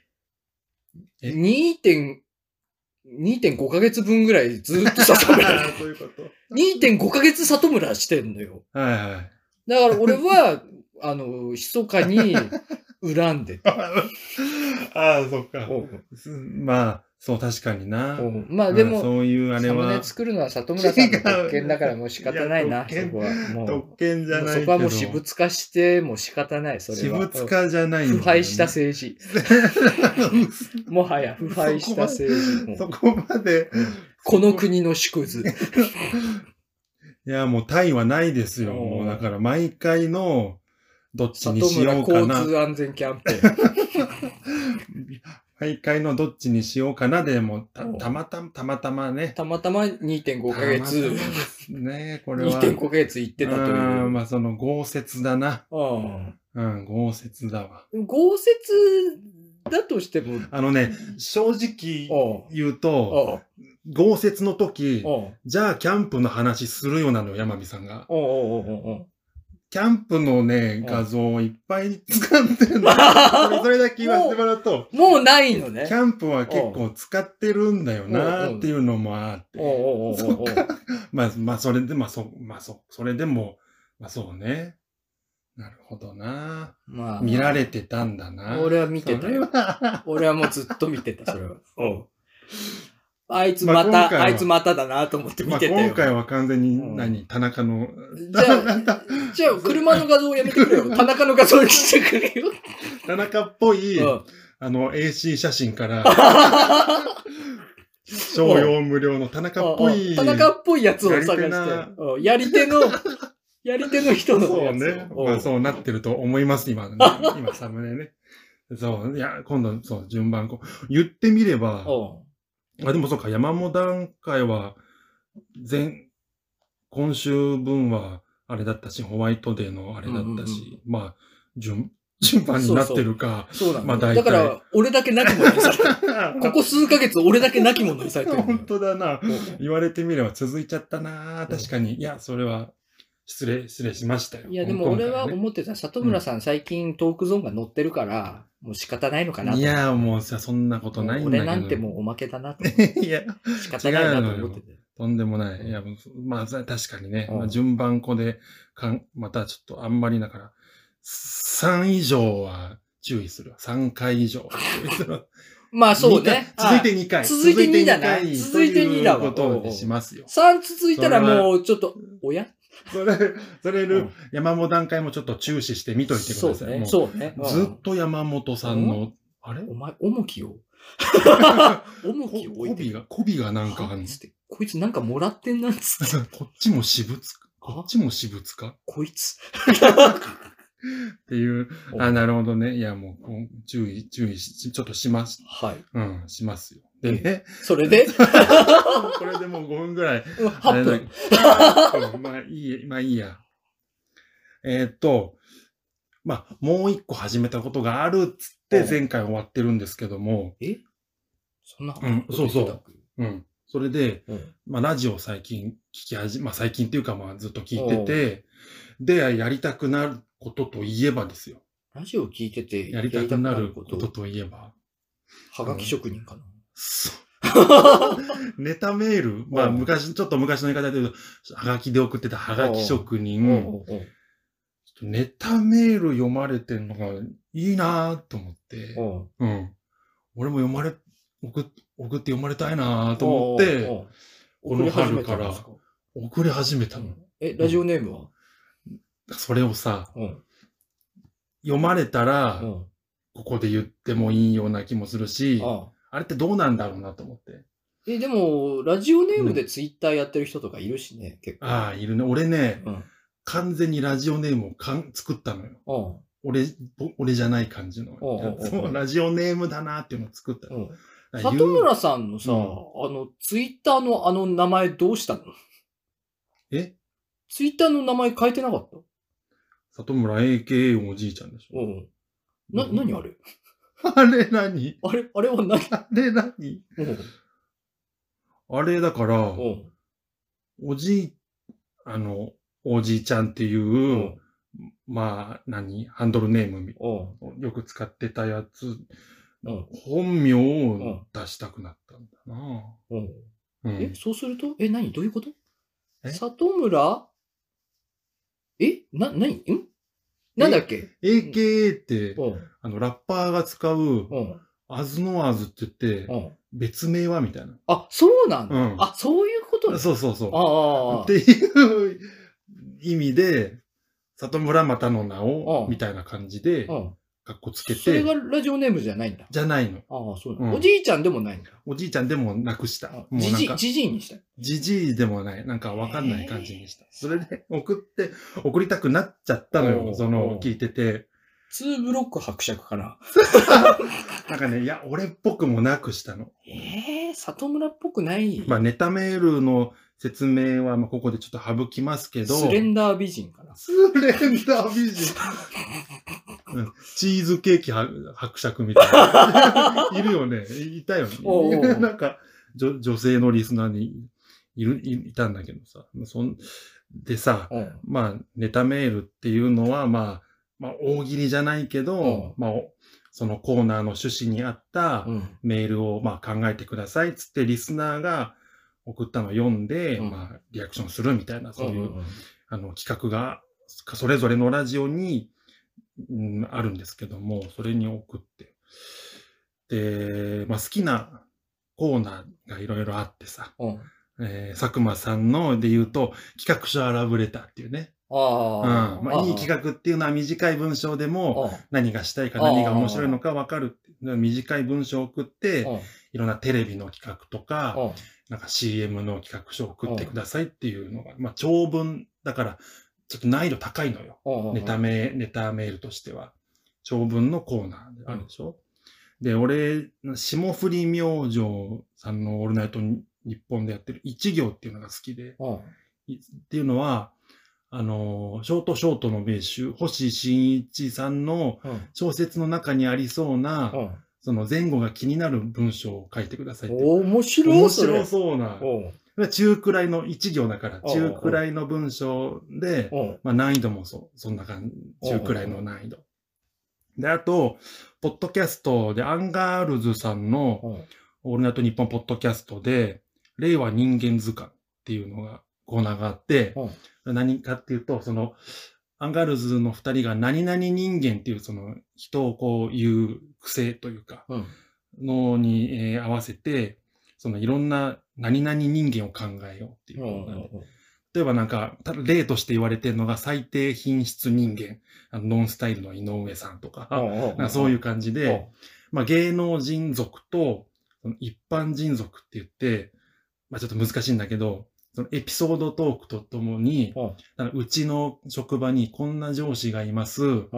A: え
B: 2.2.5ヶ月分ぐらいずっと里
A: [laughs]
B: 村、
A: そういうこと。
B: 2.5ヶ月里村してんのよ。
A: はいはい。 [laughs]
B: だから俺は、 [laughs] あの、密かに恨んでた。
A: ああ、そっか。 [laughs]
B: おう
A: すまあ、そう、確かにな。
B: お
A: うん
B: うまあでも、
A: そういうあれ
B: サム
A: は
B: ネ、作るのは里村さんの特権だからもう仕方ないな、
A: 違う
B: そこは。もう
A: 特権じゃない
B: そ
A: けど。
B: こはもう私物化しても仕方ない、それは。
A: 私物化じゃないんだよ
B: 腐
A: ね
B: 敗した
A: [laughs]
B: 政治。もはや腐敗した政治。もう
A: そこまで、
B: この国の縮図。
A: いや、もうタイはないですよ。
B: おう
A: もうだから毎回の、どっち
B: 里
A: にし
B: 村
A: ようか
B: 交
A: な。
B: 通安全キャンペーン。
A: 毎回のどっちにしようかなでもうた、
B: おう
A: たまたま、たまたまね。
B: たまたま2.5ヶ
A: た
B: 月
A: また、まですね、これは。
B: 2.5ヶ月行ってたというう。
A: んまあその豪雪だな。
B: うん
A: うん、豪雪だわ。
B: 豪雪だとしても、
A: あのね、正直
B: おう
A: 言うと、
B: おう
A: 豪雪の時、
B: おう
A: じゃあキャンプの話するようなのよ、山火さんが。
B: おうおうおうお
A: [laughs]
B: う
A: キャンプのね
B: ん、
A: 画像をいっぱい使ってるの。そ [laughs] れそれだけ言わせてもらうと、
B: もうないの
A: キ
B: ね。
A: ャンプは結構使ってるんだよな
B: おう
A: っていうのもあって。
B: おうおうおうおう
A: まあ、まあ、それで、まあ、そう、まあ、そう、それでも、まあ、そうね。なるほどな。
B: まあ、
A: 見られてたんだな。
B: 俺は見てたよ
A: それは
B: 俺はもうずっと見てた、それは。あいつ
A: まあ
B: また、
A: 今回は
B: あいつまただなと思って見
A: まあ、
B: てたよ。
A: 今回は完全
B: うん
A: に何、田中の、
B: じゃあ、じゃあ車の画像をやめてくれよ。田中の画像にしてくれよ。
A: [laughs] 田中っぽい、
B: うん
A: あの、AC 写真
B: [laughs]
A: から、商用無料の田中っぽい。
B: [laughs] 田中っぽいやつを探し
A: や
B: て
A: り手な。
B: うんやり手の、やり手の人の
A: そう
B: やつ
A: ね。
B: を。
A: まあ、そうなってると思います、今、ね、今、サムネね。そう、いや、今度、そう、順番、こう、言ってみれば、
B: お
A: あ、でもそうか、山本段階は、前、今週分は、あれだったし、ホワイトデーのあれだった
B: うんうん
A: し、まあ、順、 [laughs] 順番になってるか。
B: うそうなんだ
A: まあ
B: よ。
A: 大
B: だ
A: 体
B: から、俺だけ亡き者にされてる。 [laughs] ここ数ヶ月俺だけ亡き者にされてるんだ
A: [laughs]
B: よ。
A: 本当だな。
B: うん
A: 言われてみれば続いちゃったな。確かに。いや、それは、失礼、失礼しましたよ。
B: いや、でも俺は
A: 今
B: 思ってた。里村さん最近トークゾーンが乗ってるから、もう仕方ないのか
A: 回
B: な
A: ね
B: と。
A: いや、もうさ、そんなことないんだけど。
B: 俺なんてもうおまけ
A: [laughs]
B: だなと。
A: いや、
B: 仕方ないなと思ってて。
A: とんでもない。いや、まあ、さ確かにね、
B: うん
A: まあ、順番こでかん、またちょっとあんまりだから、3以上は注意する。3回以上は注意する。
B: ま [laughs] あそうね
A: 二。回続いて2回。
B: 続いて二だな
A: 続いて二回
B: 続いて二だわ
A: ということにしますよ。
B: 3続いたらもうちょっと、おや
A: それ、それ
B: うん
A: 山本段階もちょっと注視して見といてく
B: そ
A: だ
B: う
A: さい。
B: ね。
A: もう
B: そうね。うん
A: ずっと山本さんの、あれ [laughs]
B: お前、重きを。重
A: こ
B: きを置 [laughs]
A: 媚
B: いて
A: びが、媚びがなんかあん [laughs]
B: はつって、こいつなんかもらってんなっつって。
A: のこっちも私物、こ
B: あ
A: っちも私物か
B: こいつ。
A: っていう。あ、なるほどね。いや、もう、こう注意、注意し、ちょっとします。
B: [laughs] はい。
A: うん、しますよ。でね、
B: それで、
A: [laughs] これでもう5分ぐら
B: [laughs]
A: い。あれ
B: 8
A: だ
B: 分。
A: うんまあいい、まあいいや。えーっと、まあ、もう一個始めたことがあるっつって
B: お
A: 前回終わってるんですけども、
B: そんな、
A: うんそうそう。うん。それで、
B: うん。
A: まあ、ラジオ最近聞き始め、まあ、最近っていうか、まあ、ずっと聞いてて、で、やりたくなることといえばですよ。
B: ラジオ聞いてて、
A: やりたくなるこ
B: やりたくな
A: とといえば。
B: はがき職人かな。
A: そう
B: [laughs]
A: ネタメール、まあ、
B: うん
A: 昔、ちょっと昔の言い方だけど、はがきで送ってたはがき職
B: う
A: 人、
B: んうん
A: ネタメール読まれてんのがいいなぁと思って、
B: うん
A: うん。俺も読まれ、送っ送って読まれたいなぁと思っ
B: うんう
A: て、
B: ん
A: この春から送り始めたの。
B: え、ラジオネームは
A: それをさ、
B: うん。
A: 読まれたら、
B: うん。
A: ここで言ってもいいような気もするし、あ
B: ああ
A: れってどうなんだろうなと思って。
B: え、でも、ラジオネームでツイッターやってる人とかいるしね、結構。
A: ああ、いるね。俺ね、
B: うん。
A: 完全にラジオネームをかん作ったのよ。
B: うん。
A: 俺、ぼ俺じゃない感じの
B: おうおうおう。
A: そうラジオネームだなっていうのを作ったの。
B: うん。
A: だから
B: 里
A: 言う
B: 村さんのさ、
A: うん
B: あの、ツイッターのあの名前どうしたの
A: え
B: ツイッターの名前変えてなかった
A: 里村 AKA おじいちゃんでしょ。
B: うん。な、
A: うん
B: 何あれ
A: あれ何
B: あれ、あれは何
A: あれ何
B: うん。
A: あれだから、
B: うん。
A: おじい、あの、おじいちゃんっていう、
B: うん。
A: まあ、何ハンドルネームみ
B: うん。
A: よく使ってたやつ、
B: うん
A: 本名を出したくなったんだな。
B: うん。
A: うん
B: え、そうするとえ、何どういうこと
A: え
B: 里村えな、何んなんだっけ
A: AKA って、
B: うん。
A: あの、ラッパーが使う、
B: うん。
A: アズノアズって言って、
B: うん。
A: 別名はみたいな。
B: あ、そうなんだ。
A: うん
B: あ、そういうことね。
A: そうそうそ
B: あ
A: う。
B: あ。
A: っていう意味で、里村またの名
B: う
A: を、
B: ん
A: みたいな感じで
B: う、ん。
A: かっこつけ
B: そ
A: て
B: れが、ラジオネームじゃないんだ。
A: じゃないの。
B: ああ、そうなん
A: う
B: だ。
A: ん
B: おじいちゃんでもないんだ。
A: おじいちゃんでもなくした。もう
B: じ
A: なん
B: じい、
A: か、
B: じじいにしたい。
A: じじいでもない。なんかわかんない感じにした。それで送って、送りたくなっちゃったの
B: おう
A: よ。そ
B: おう
A: の、聞いてて。
B: 2ブロック伯爵かな。
A: なんかね、いや、俺っぽくもなくしたの。
B: ええ、里村っぽくない。
A: まあ、ネタメールの説明は、まあ、ここでちょっと省きますけど。
B: スレンダー美
A: [laughs]
B: 人かな。
A: スレンダー美人。うんチーズケーキは伯爵みたいな。 [laughs] いるよね。いたよ
B: おうおう
A: ね。 [laughs] なんか、女女性のリスナーにいる、いいたんだけどさ。そんでさ、
B: うん。
A: まあ、ネタメールっていうのは、まあ、まあ、大喜利じゃないけど、まあ、おそのコーナーの趣旨に合った
B: うん。
A: メールを、まあ、考えてくださいっつって、リスナーが送ったのを読んで、
B: うん
A: まあ、リアクションするみたいな、そういう、
B: んんん。
A: あの、企画が、それぞれのラジオに、うん、あるんですけども、それに送って。で、まあ、好きなコーナーがいろいろあってさ、
B: うん。
A: えー佐久間さんので言うと、企画書アラブレターっていうね。うん。
B: ああ。
A: まあ、いい企画っていうのは短い文章でも、
B: 画。
A: 何がしたいか
B: あー
A: 何が面白いのか分かるっていう。短い文章を送って、
B: うん。
A: いろんなテレビの企画とか、
B: うん。
A: なんか CM の企画書を送ってくださいっていうのが、まあ長文だから、ちょっと難易度高いのよ。
B: うん。
A: ネタメ、ネタメールとしては。長文のコーナーであるでしょ、で、俺、霜降り明星さんのオールナイトニッポンでやってる一行っていうのが好きで、
B: うん。
A: いっていうのは、あの、ショートショートの名手、星新一さんの
B: うん。
A: 小説の中にありそうな、その前後が気になる文章を書いてくださいって。
B: うん。面白い。
A: 面
B: それ
A: 白そうな。
B: うん。
A: 中くらいの一行だから、
B: おうおう
A: 中くらいの文章で、
B: うん。
A: まあ難易度もそう、そんな感じ、中くらいの難易度。で、あと、ポッドキャストで、アンガールズさんの、
B: うん。
A: オールナイトニッポンポッドキャストで、令和人間図鑑っていうのが、コーナーがあって、何かっていうと、その、アンガールズの二人が何々人間っていう、その、人をこう言う癖というか、
B: うん。
A: のに、えー合わせて、そのいろんな何々人間を考えようっていうう。
B: ん。
A: 例えばなんか、た例として言われてるのが最低品質人間、あのノンスタイルの井上さんとか、
B: うん。
A: なんかそういう感じで、
B: うん
A: まあ、芸能人族とその一般人族って言って、まあ、ちょっと難しいんだけど、そのエピソードトークとともに、
B: は
A: なんかうちの職場にこんな上司がいます。
B: いはい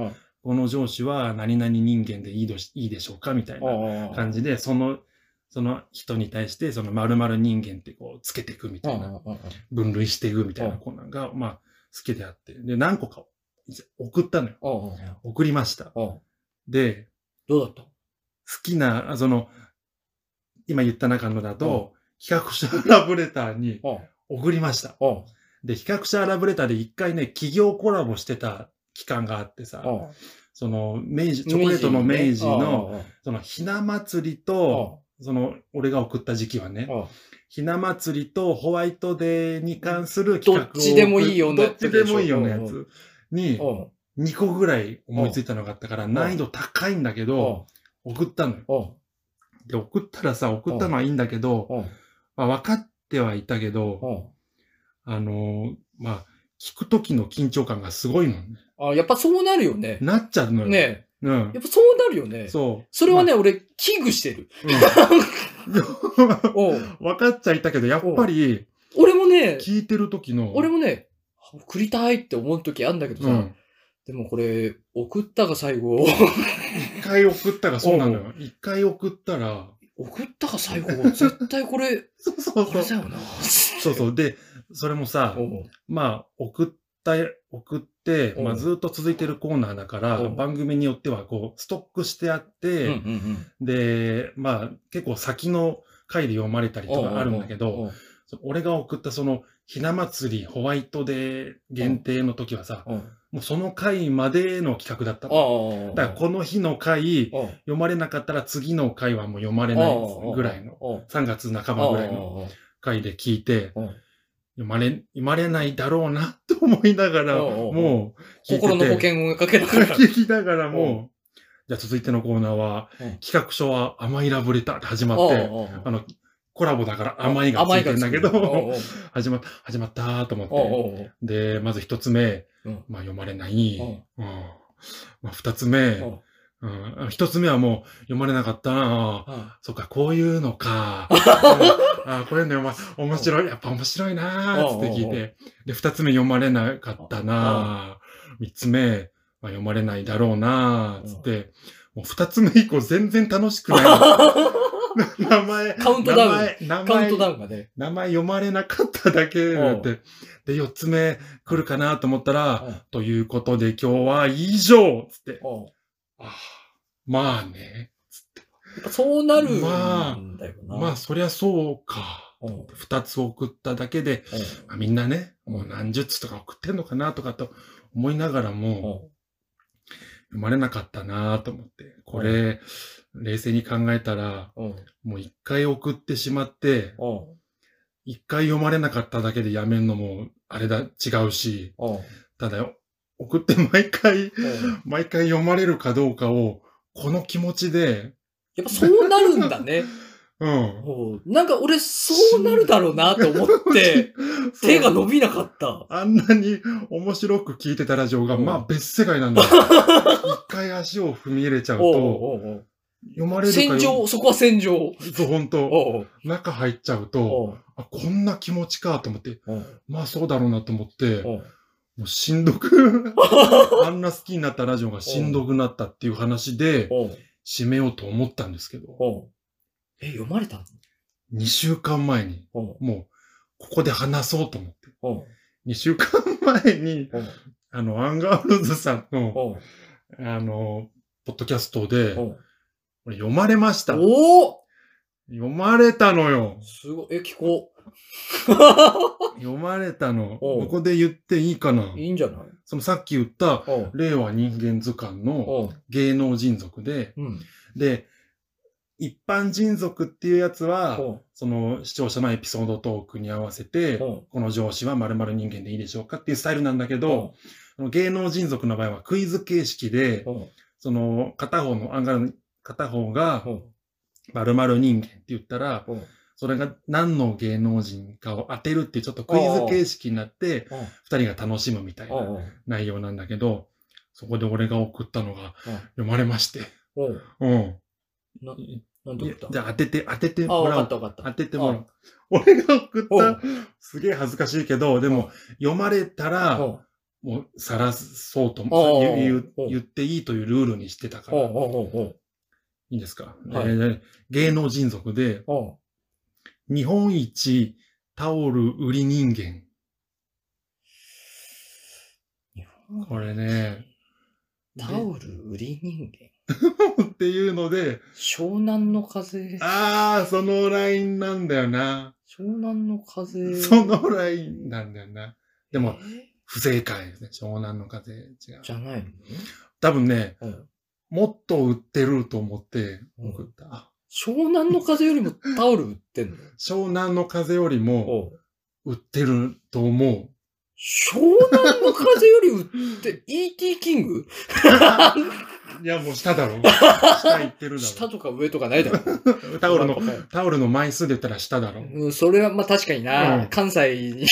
A: この上司は何々人間でいいどしいいでしょうかみたいな
B: ああ
A: 感じで、その、その人に対して、その〇〇人間ってこう、つけていくみたいな、
B: ああああ
A: 分類していくみたいな
B: うん
A: コーナーが、まあ、好きであって、で、何個かを送ったのよ。
B: ああ
A: 送りました。
B: ああ
A: で、
B: どうだった
A: 好きな、あその、今言った中のだと、企画者ラブレターに
B: ああ
A: 送りました。
B: ああ
A: で、企画者ラブレターで一回ね、企業コラボしてた期間があってさ、
B: ああ
A: その、明治、チョコレートの明治の、その、ひな祭り
B: あ
A: と、
B: あ
A: その、俺が送った時期はね、
B: ああ
A: ひな祭りとホワイトデーに関する
B: ど
A: 企画
B: っ
A: を。
B: ちでもいいような
A: ど
B: や
A: っ
B: つで
A: ち
B: しょ
A: でもいいようなやつに、
B: あ
A: 2個ぐらい思いついたのがあったから、難易度高いんだけ
B: あ
A: ど、送ったのよ。
B: ああ
A: で、送ったらさ、送ったのはいいんだけど、
B: ああ
A: まあ、分かってはいたけど、あのーまあ、聞く時の緊張感がすごいのね。
B: ああやっぱそうなるよね。
A: なっちゃうのよ。
B: ね
A: うん
B: や。っぱそうなるよね。
A: そう。
B: それはね、俺、危惧してる。
A: まあ。
B: おう
A: うん [laughs] 分かっちゃいたけど、やっぱり、
B: 俺もね、
A: 聞いてる時の、
B: 俺もね、送りたいって思う時あんだけど
A: う
B: さ
A: ん、。
B: でもこれ、送ったが最後。 [laughs]
A: 一回送ったらそうなのよ。一回送ったら、
B: 送った
A: [laughs]
B: が最後。絶対これ、
A: そうそう
B: こ
A: そ
B: れ
A: う。
B: だよな。
A: そうそう。で、それもさ
B: お、う
A: まあ、送った、送って、
B: うん
A: まあ、ずっと続いてるコーナーだから、
B: うん
A: 番組によっては、こう、ストックしてあっ
B: うんう
A: て、
B: ん
A: で、まあ、結構先の回で読まれたり
B: う
A: と
B: ん。
A: かあるんだけ
B: お
A: ど、
B: う
A: その俺が送ったその、ひな祭り、ホワイトデー限定の時はさ、
B: おう
A: もうその回までの企画だったの。
B: おう
A: だから、この日の回、
B: おう
A: 読まれなかったら次の回はもう読まれないぐらいの。
B: おう
A: 3月半ばぐらいの
B: おう
A: 回で聞いて、
B: おう
A: 読まれ、読まれないだろうな [laughs] と思いながら、
B: おうおうおう
A: もう、聞いてて
B: 心の保険をかけ
A: [laughs]
B: ながら。
A: 聞きながらも、じゃあ続いてのコーナーは
B: うん、
A: 企画書は甘いラブレターで始ま
B: お
A: っ
B: う
A: て、
B: おう
A: あの、コラボだから甘いがついてんだけ
B: おう
A: ど、 [laughs] 始まった、始まったーと思
B: おう
A: っ
B: おうおう
A: て。で、まず一つ目
B: うん、
A: まあ読まれない。
B: お
A: うん
B: う
A: まあ二つ目
B: お、う
A: うん一つ目はもう読まれなかったな
B: あ
A: そっか、こういうの
B: [laughs]
A: か。ああこれね、ま、面白い。やっぱ面白いなーっつって聞い
B: おうおう
A: て。で、二つ目読まれなかったなー三つ目、まあ、読まれないだろうなーっつって。もう二つ目以降全然楽しくない。
B: [laughs]
A: 名前、
B: カウントダウン
A: 名前、名
B: カウント
A: 前、
B: ダウンがね。
A: 名前読まれなかっただけで
B: おう
A: で、四つ目来るかなと思ったら、
B: おう
A: ということで今日は以上っつって。
B: おう
A: あーまあね。
B: やっぱそうなるん
A: まあ
B: だよな。
A: まあそりゃそうか。
B: おう
A: 二つ送っただけで、まあ、みんなね、もう何十通とか送ってんのかなとかと思いながらも、
B: おう
A: 読まれなかったなと思って、これ、冷静に考えたら、
B: おう
A: もう一回送ってしまって、
B: おう
A: 一回読まれなかっただけでやめるのも、あれだ、違うし、
B: おう
A: ただ、送って毎回、
B: [laughs] おう
A: 毎回読まれるかどうかを、この気持ちで、
B: やっぱそうなるんだね。
A: うん。
B: おうなんか俺、そうなるだろうなと思って、手が
A: [laughs] そう
B: 伸びなかった。
A: あんなに面白く聞いてたラジオが、
B: うん
A: まあ別世界なん
B: [laughs]
A: だよ。一回足を踏み入れちゃう
B: おう
A: と、
B: おうおう
A: 読まれるか
B: 戦場、そこは戦場。
A: そう、ほんと。
B: おう
A: 中入っちゃう
B: お
A: と、
B: う
A: あ、こんな気持ちかと思って、
B: おう
A: まあそうだろうなと思って、
B: おう
A: もうしんど
B: [laughs]
A: く、あんな好きになったラジオがしんどくなったっていう話で、
B: おう
A: 締めようと思ったんですけど、
B: おうえ、読まれた
A: 2週間前に、
B: おう
A: もう、ここで話そうと思って、
B: おう
A: 2週間前に、
B: おう
A: あの、アンガールズさんの、
B: おう
A: あの、ポッドキャストで、
B: おう
A: これ読まれました。
B: おお
A: 読まれたのよ。
B: すごい、え、聞こ
A: 読まれたの。
B: おう
A: ここで言っていいかな
B: う。 [laughs] いいんじゃない
A: そのさっき言った、
B: おう
A: 令和人間図鑑の
B: おう
A: 芸能人族で、
B: うん。
A: で、一般人族っていうやつは、
B: おう
A: その視聴者のエピソードトークに合わせて、
B: おう
A: この上司は〇〇人間でいいでしょうかっていうスタイルなんだけ
B: お
A: ど、その芸能人族の場合はクイズ形式で
B: う、おう
A: その片方の、アンガールの片方が
B: おう
A: 〇〇人間って言ったら、
B: おう
A: それが何の芸能人かを当てるっていうちょっとクイズ形式になって、
B: おう
A: 二人が楽しむみたいな。
B: おう
A: 内容なんだけど、そこで俺が送ったのが
B: うん
A: 読まれまして。
B: おう
A: うん。
B: ななん
A: い
B: て
A: や
B: 送っ
A: じ
B: た
A: ゃあ当てて、当てて
B: あ、
A: も
B: わ
A: ら
B: か
A: お
B: った
A: う。
B: わかった。
A: 当ててもらおう。俺が送っ
B: お
A: た
B: う、
A: すげえ恥ずかしいけど、でも、読まれたら、
B: おう
A: もう、さらそうと
B: おう
A: 言う言う
B: おう
A: 言っていいというルールにしてたから、
B: おう
A: い
B: おうおう
A: いんですか。
B: はい
A: えー芸能人族で、
B: おう
A: 日本一タオル売り人間。
B: 日本
A: これね。
B: タオル売り人間。
A: ルっていうので、
B: 湘南の風。
A: ああ、そのラインなんだよな。
B: 湘南の風。
A: そのラインなんだよな。でも、
B: え
A: 不正解ですね。湘南の風。違う。
B: じゃないの
A: 多分ね、
B: うん
A: もっと売ってると思って送った。あ
B: 湘南の風よりもタオル売ってんの
A: 湘南の風よりも
B: おう
A: 売ってると思
B: [laughs]
A: う。
B: 湘南の風より売
A: [laughs]
B: って、E.T. キング
A: いや、もう下だろ。下行ってるだ
B: [laughs] 下とか上とかないだろ。
A: ろ。 [laughs] タオルの、タオルの枚数で言ったら下だろ。
B: うん、それは、まあ確かに
A: う
B: な、
A: ん
B: 関西に、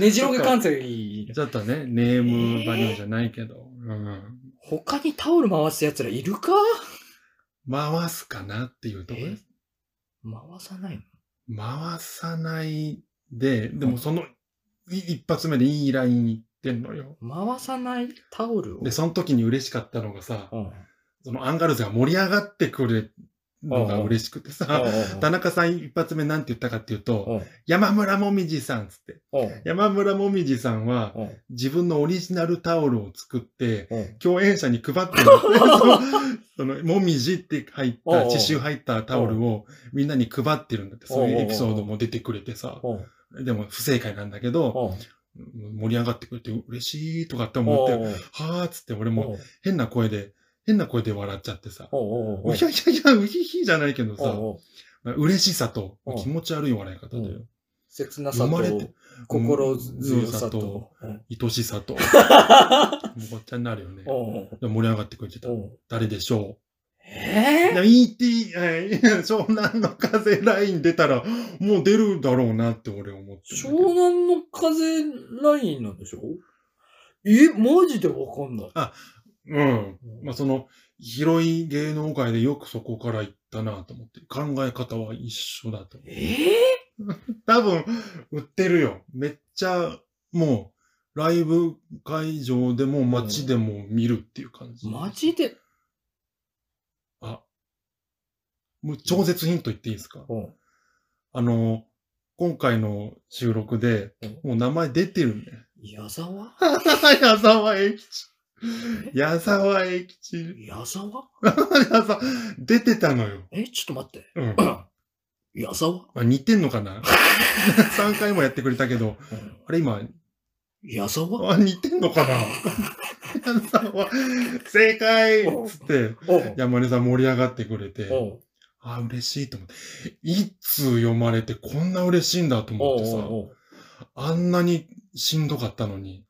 B: ねじろげ関西に、
A: [laughs] ちょっとね、ネームバリューじゃないけ
B: [laughs]
A: ど。うん
B: 他にタオル回す奴らいるか
A: 回すかなっていうところです。
B: 回さないの
A: 回さないで、で
B: うん
A: もそのい一発目でいいラインいってんのよ。
B: 回さないタオルを。
A: で、その時に嬉しかったのがさ、
B: うん。
A: そのアンガールズが盛り上がってくれるのが嬉しくてさ、田中さん一発目なんて言ったかっていうと、
B: うん
A: 山村もみじさんっつって。
B: うん
A: 山村もみじさんは
B: うん
A: 自分のオリジナルタオルを作って、
B: うん
A: 共演者に配ってる [laughs] んで
B: [laughs]
A: すよその、もみじって入った、
B: おうおう
A: 刺繍入ったタオルをみんなに配ってるんだって、そういうエピソードも出てくれてさ、
B: うん
A: でも不正解なんだけど、
B: うん
A: 盛り上がってくれて嬉しいとかって思って、はーっつって俺
B: うん
A: も変な声で、変な声で笑っちゃってさ、
B: うんうん
A: うひゃひゃひゃ、うひひじゃないけど
B: うん
A: さ、
B: うん
A: 嬉しさと
B: うん
A: 気持ち悪い笑い方だよ。
B: 切なさ
A: 生まれ
B: と
A: て、
B: 心強さと。うん
A: 愛しさと、もうごっちゃになるよね。
B: うんうん
A: でも盛り上がってくれてた
B: う。ん
A: 誰でしょう
B: え
A: で ET、えー [laughs] 湘南の風ライン出たら、もう出るだろうなって俺思って
B: ー、
A: る
B: 湘南の風ラインなんでしょえ、マジでわかんない。
A: うん。まあその、広い芸能界でよくそこから行ったなと思って、考え方は一緒だと。
B: え
A: 多分、売ってるよ。めっちゃ、もう、ライブ会場でも街でも見るっていう感じ。
B: ー、マジで、
A: もう超絶ヒント言っていいですか
B: うん
A: あの、今回の収録で、もう名前出てるね。
B: 矢沢
A: [laughs] 矢沢永吉。矢沢永吉。 [laughs]
B: 矢沢
A: 矢沢出てたのよ。
B: え、ちょっと待って。
A: うん。
B: 矢沢
A: あ似てんのかな [laughs] ?3 回もやってくれたけど、あれ今、
B: 矢沢
A: あ、似てんのかな [laughs] 矢沢、正解つって、
B: お
A: 山根さん盛り上がってくれて、
B: お
A: あ、嬉しいと思って。いつ読まれてこんな嬉しいんだと思ってさ、
B: お
A: あんなにしんどかったのに、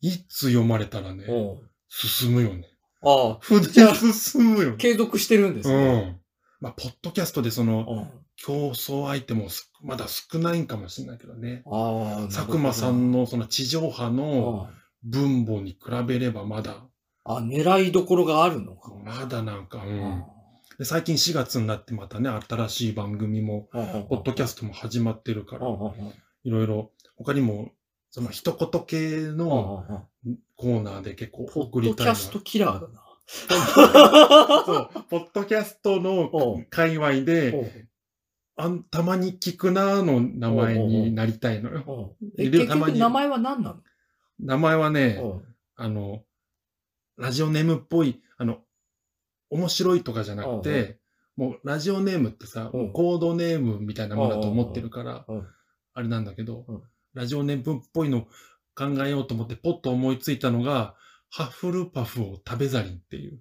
A: いつ読まれたらね、
B: お
A: 進むよね。
B: ああ、じ
A: 筆
B: ゃあ
A: 進むよね。
B: 継続してるんです
A: う
B: ね。
A: ん。まあ、ポッドキャストでその、
B: うん
A: 競争相手もすまだ少ないんかもしれないけどね。
B: ああ、
A: 佐久間さんのその地上波の
B: の。
A: 分母に比べればまだ、
B: あ、狙いどころがあるのか。
A: まだなんか、う。
B: うん
A: で最近4月になってまたね、新しい番組も、
B: ん
A: ポッドキャストも始まってるから、
B: うん
A: いろいろ、他にも、その一言系のコーナーで結構
B: ポ
A: 送
B: ッ
A: り
B: ド
A: た
B: キ
A: いな。
B: ャストキラーだな。
A: そう、ポッドキャストの
B: うん
A: 界隈で、あんたまに聞くなーの名前になりたいのよ。
B: え
A: いる
B: 結
A: よたま
B: 局
A: に
B: 名前は何なの
A: 名前はね、あの、ラジオネームっぽい、あの、面白いとかじゃなくて、もうラジオネームってさ、
B: うん
A: コードネームみたいなものだと思ってるから
B: うんうんうん、
A: あれなんだけど
B: うん、
A: ラジオネームっぽいの考えようと思って、ポッと思いついたのが、ハッフルパフを食べざりんって
B: [laughs]
A: いう。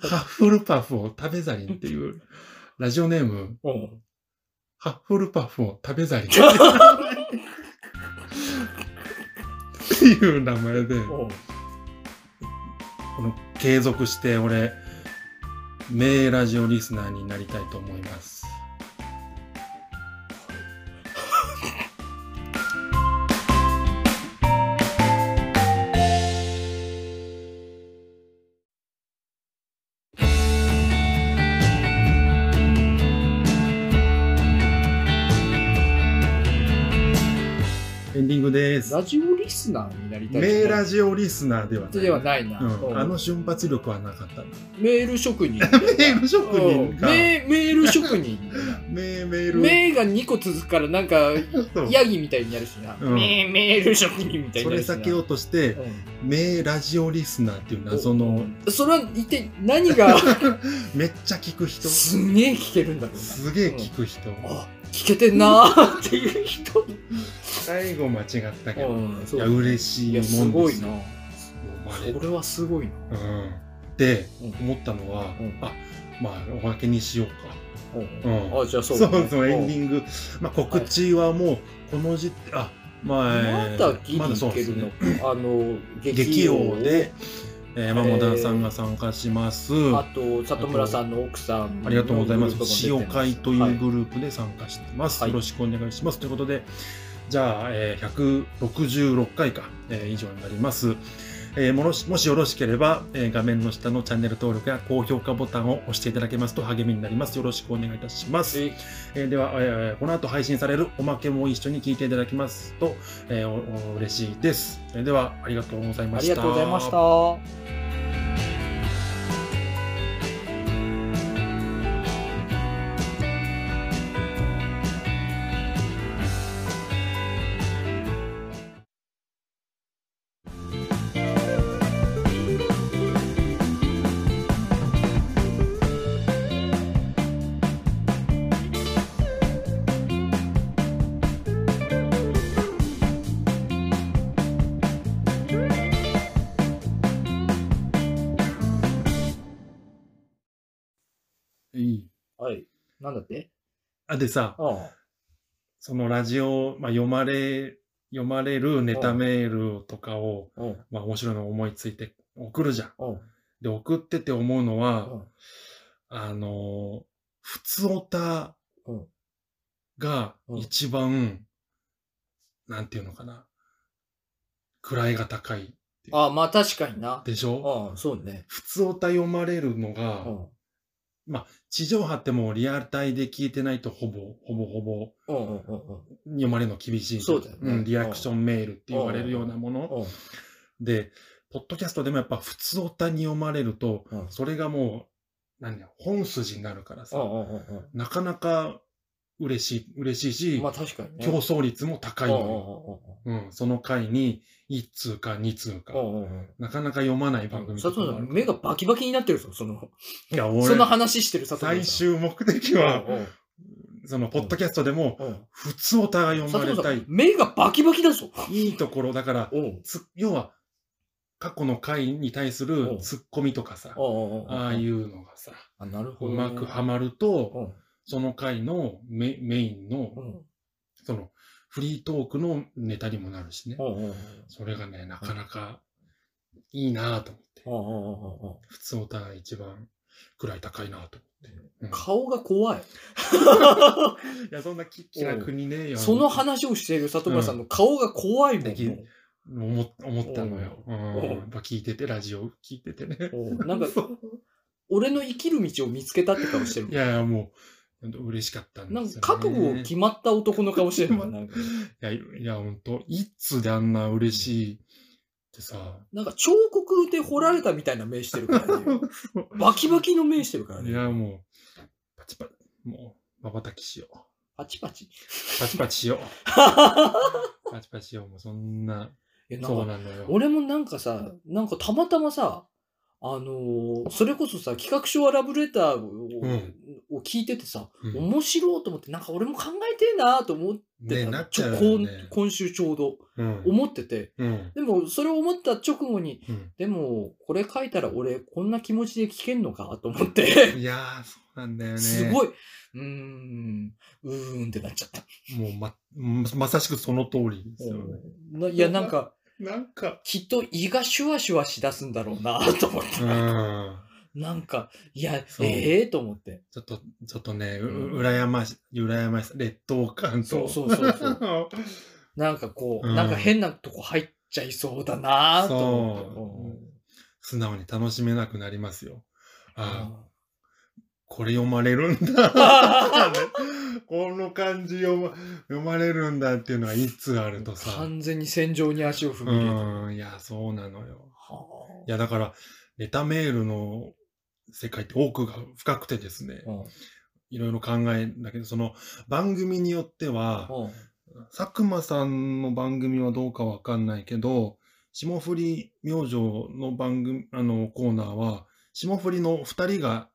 A: ハッフルパフを食べざりんっていう、ラジオネーム、
B: うん
A: ハッフルパフを食べざりん。っていう名前で、
B: うん
A: この継続して俺、名ラジオリスナーになりたいと思います。ングです。
B: ラジオリスナーになりたい
A: 名ラ
B: ジ
A: ジオリスナーではない。
B: ではないな。
A: う
B: うん
A: ん、あの瞬発力はなかったな。
B: メール職人。
A: メール職人が、
B: メメール職人。
A: メメール、
B: 名が2個続くからなんか
A: そう
B: ヤギみたいになるしな、
A: うん
B: メメール職人みたい
A: それ
B: になるしな
A: 避けようとして、
B: う
A: 名ラジオリスナーっていうん謎の、 [laughs]
B: それは一体何が
A: めっちゃ聞く人、
B: すげえ聞けるんだろうな
A: すげえ聞く人、
B: あ聞けてんなーっていう人、
A: 最後間違ったけど、
B: うん、
A: い
B: そう
A: や、嬉しい
B: い
A: もん
B: や
A: です
B: すごいな
A: よもうまあね
B: これはすごいな
A: うんで、
B: うん
A: 思ったのは、
B: うん
A: あまあおまけにしようか。うん
B: あじゃあそ
A: そうう
B: だ
A: そ
B: ね、
A: うエンデ
B: ン
A: ィング、まあ、告知はもうこの時点、あまあえ
B: ま
A: ー
B: だギリ
A: まだそ
B: いうけ
A: です
B: るの
A: ね
B: か、あの
A: 劇王で、えー、マモダンさん
B: え
A: が
B: ー
A: 参加します、
B: あと里村さんの奥さんの
A: ありがとうございます
B: グループも出
A: 詩
B: て
A: を会という
B: は
A: グループで参加してます、
B: はい
A: よろしくお願いしますということでじゃあ、えー、166回か、えー以上になります、えーもろしもしよろしければ、えー画面の下のチャンネル登録や高評価ボタンを押していただけますと励みになりますよろしくお願いいたします
B: い
A: えーでは、えーこの後配信されるおまけも一緒に聞いていただきますと、えーおお嬉しいです。えーでは、ありがとうござい
B: あ
A: まし
B: り
A: た。
B: がとうございました。
A: いい
B: はい。なんだって
A: あでさ、
B: ああ。
A: そのラジオ、まあ、読まれ、読まれるネタメールとかを、
B: うん。
A: まあ、面白いの思いついて送るじゃん。
B: うん。
A: で、送ってて思うの
B: う
A: は
B: ん、
A: あのー、普通オタ
B: うん
A: が
B: うん
A: 一番、なんていうのかな、位が高い
B: ああ、まあ確かにな。
A: でしょ
B: うん、そうね。
A: 普通おた読まれるの
B: う
A: が、
B: ん。
A: 地上波ってもうリアルタイで聞いてないとほぼ、ほぼほぼ
B: うんうんうん
A: 読まれるの厳しい。
B: そうだよね
A: ん、リアクションメールって言われるようなもの。
B: うん。
A: で、ポッドキャストでもやっぱ普通おたに読まれると、
B: うん
A: それがもう、何だよ、本筋になるから
B: う
A: さ、
B: んうんうん
A: なかなか嬉しい、嬉しい
B: うん。
A: し、
B: まあ確かにね。
A: 競争率も高い
B: うんうん
A: のよ。うん、その回に1通か2通か、
B: うんうんうんうん
A: なかなか読まない番
B: うん。
A: 組
B: 佐
A: とか
B: 藤
A: も
B: さ
A: ある
B: ん、目がバキバキになってるぞ、その。
A: いや、
B: その
A: 俺、
B: 話してる佐藤さん。
A: 最終目的は、
B: うん
A: その、ポッドキャストでも、
B: うんうん
A: 普通お互い読
B: 佐
A: まれ
B: 藤さ
A: た
B: ん
A: い、。
B: 目がバキバキだぞ。
A: いいところ、だから、
B: うん。うん
A: つ要は、過去の回に対す
B: うん
A: るツッコミとかさ、
B: うんうん。
A: ああい。うのがさ、
B: あ、なるほ
A: う
B: どね。
A: まくは
B: ま
A: まる
B: う
A: と、
B: ん
A: その回のメメイン
B: う
A: の、
B: ん
A: その、フリートークのネタにもなるしね
B: う。んうんうん。
A: それがね、なかなかいいなぁと思って
B: う。んうんうんうんうん
A: 普通お互い一番くらい高いなぁと思って。
B: 顔が怖い。
A: うんいや、そんなき気楽にね、
B: その話をしている里村さんの顔が怖いもん。
A: できる思思ったのよ。うん
B: おう
A: やっぱ聞いてて、ラジオ聞いててね。
B: うんなんか
A: そう、
B: 俺の生きる道を見つけたって顔し
A: [laughs]
B: て
A: い
B: る。
A: やいや、もう、本当嬉しかったん
B: な
A: で
B: ん
A: すよ、ね。
B: か覚悟決まった男の顔してるも
A: [laughs]
B: ん。なんか
A: いや、いや、本当一通であんな嬉しいってさ、
B: なんか彫刻で彫られたみたいな目してるか
A: [laughs]
B: らね。バキバキの目してるから
A: い
B: ね。
A: や、もう、パチパチ、もう、まばたきしよう。
B: パチパチ。
A: パチパチし [laughs] よう。パチパチしよう。もうそんな、
B: えなん
A: そう
B: か
A: なのよ。
B: 俺もなんかさ、なんかたまたまさ、あのーそれこそさ、企画書はラブレターを,、
A: うん
B: を聞いててさ、
A: うん
B: 面白いと思って、なんか俺も考えてえなと思って
A: ね、
B: たの
A: なっ
B: ち
A: ち
B: ょ
A: ゃうよ
B: 今
A: ね。
B: 今週ちょうど
A: うん。
B: 思ってて、
A: うん。
B: でもそれを思った直後に、
A: うん
B: でも、これ書いたら俺、こんな気持ちで聞けんのかと思って、
A: いやー、そうなんだよね。
B: すごい、うーん、うーんってなっちゃった。
A: もうま、うんまさしくその通りですよね。
B: ないや、なんか、
A: なんか、
B: きっと胃がシュワシュワしだすんだろうなと思っ
A: う
B: て。
A: ん。
B: なんか、いや、
A: そう
B: ええと思って。
A: ちょっと、ちょっとね、う
B: うん
A: 羨まし、羨ましさ、劣等感と。
B: そ
A: [laughs]
B: うそうそうそう。なんかこう、
A: うん
B: なんか変なとこ入っちゃいそうだなと思って
A: そう素直に楽しめなくなりますよ。ああ、これ読まれるんだ。この漢字読ま読まれるんだっていうのがいつあるとさ。
B: 完全に戦場に足を踏み
A: う
B: 入れてる。
A: ん、いや、そうなのよ。
B: はい
A: や、だから、ネタメールの世界って奥が深くてですね
B: あ、うん
A: いろいろ考えんだけど、その番組によっては、
B: うん
A: 佐久間さんの番組はどうかわかんないけど、霜降り明星の番組、あの、コーナーは、霜降りの二人が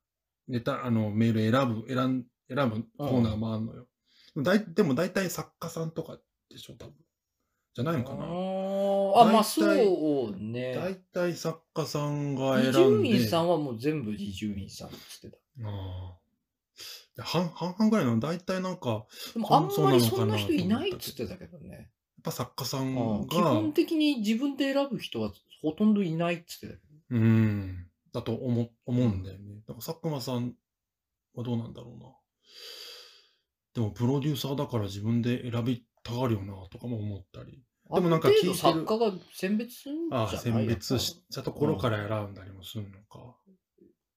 A: ネタ、あの、メール選ぶ、選ん、選ぶコーナーもあるのよ。だい、でも大体作家さんとかでしょ、多分。じゃないのかな。
B: あーあ、ま
A: 大
B: あ
A: 体
B: そう
A: 大
B: ね。
A: 体作家さんが
B: 伊
A: 選ん
B: 集
A: で。
B: 院さんはもう全部伊集院さんって言って。
A: ああ。半半々ぐらいなの、大体なんか、やった
B: でも
A: そ
B: あんまり
A: そう
B: そ
A: なのかな
B: んな人いないって言ってたけどね。
A: ぱ作家さ
B: うんん基本
A: が、
B: 的に自分で選ぶ人はほとんどいないって言ってたけ
A: う
B: ど。
A: ん、だと思思うんだよね。だから佐久間さんはどうなんだろうな。でもプロデューサーだから自分で選びたがるよな、とかも思ったり。でもなんか
B: あ
A: 聞
B: る
A: いてる
B: 程度作家が選別するんじゃな
A: あ
B: い
A: あ、選別
B: やっ
A: したところから選んだりもするのか。
B: ぱ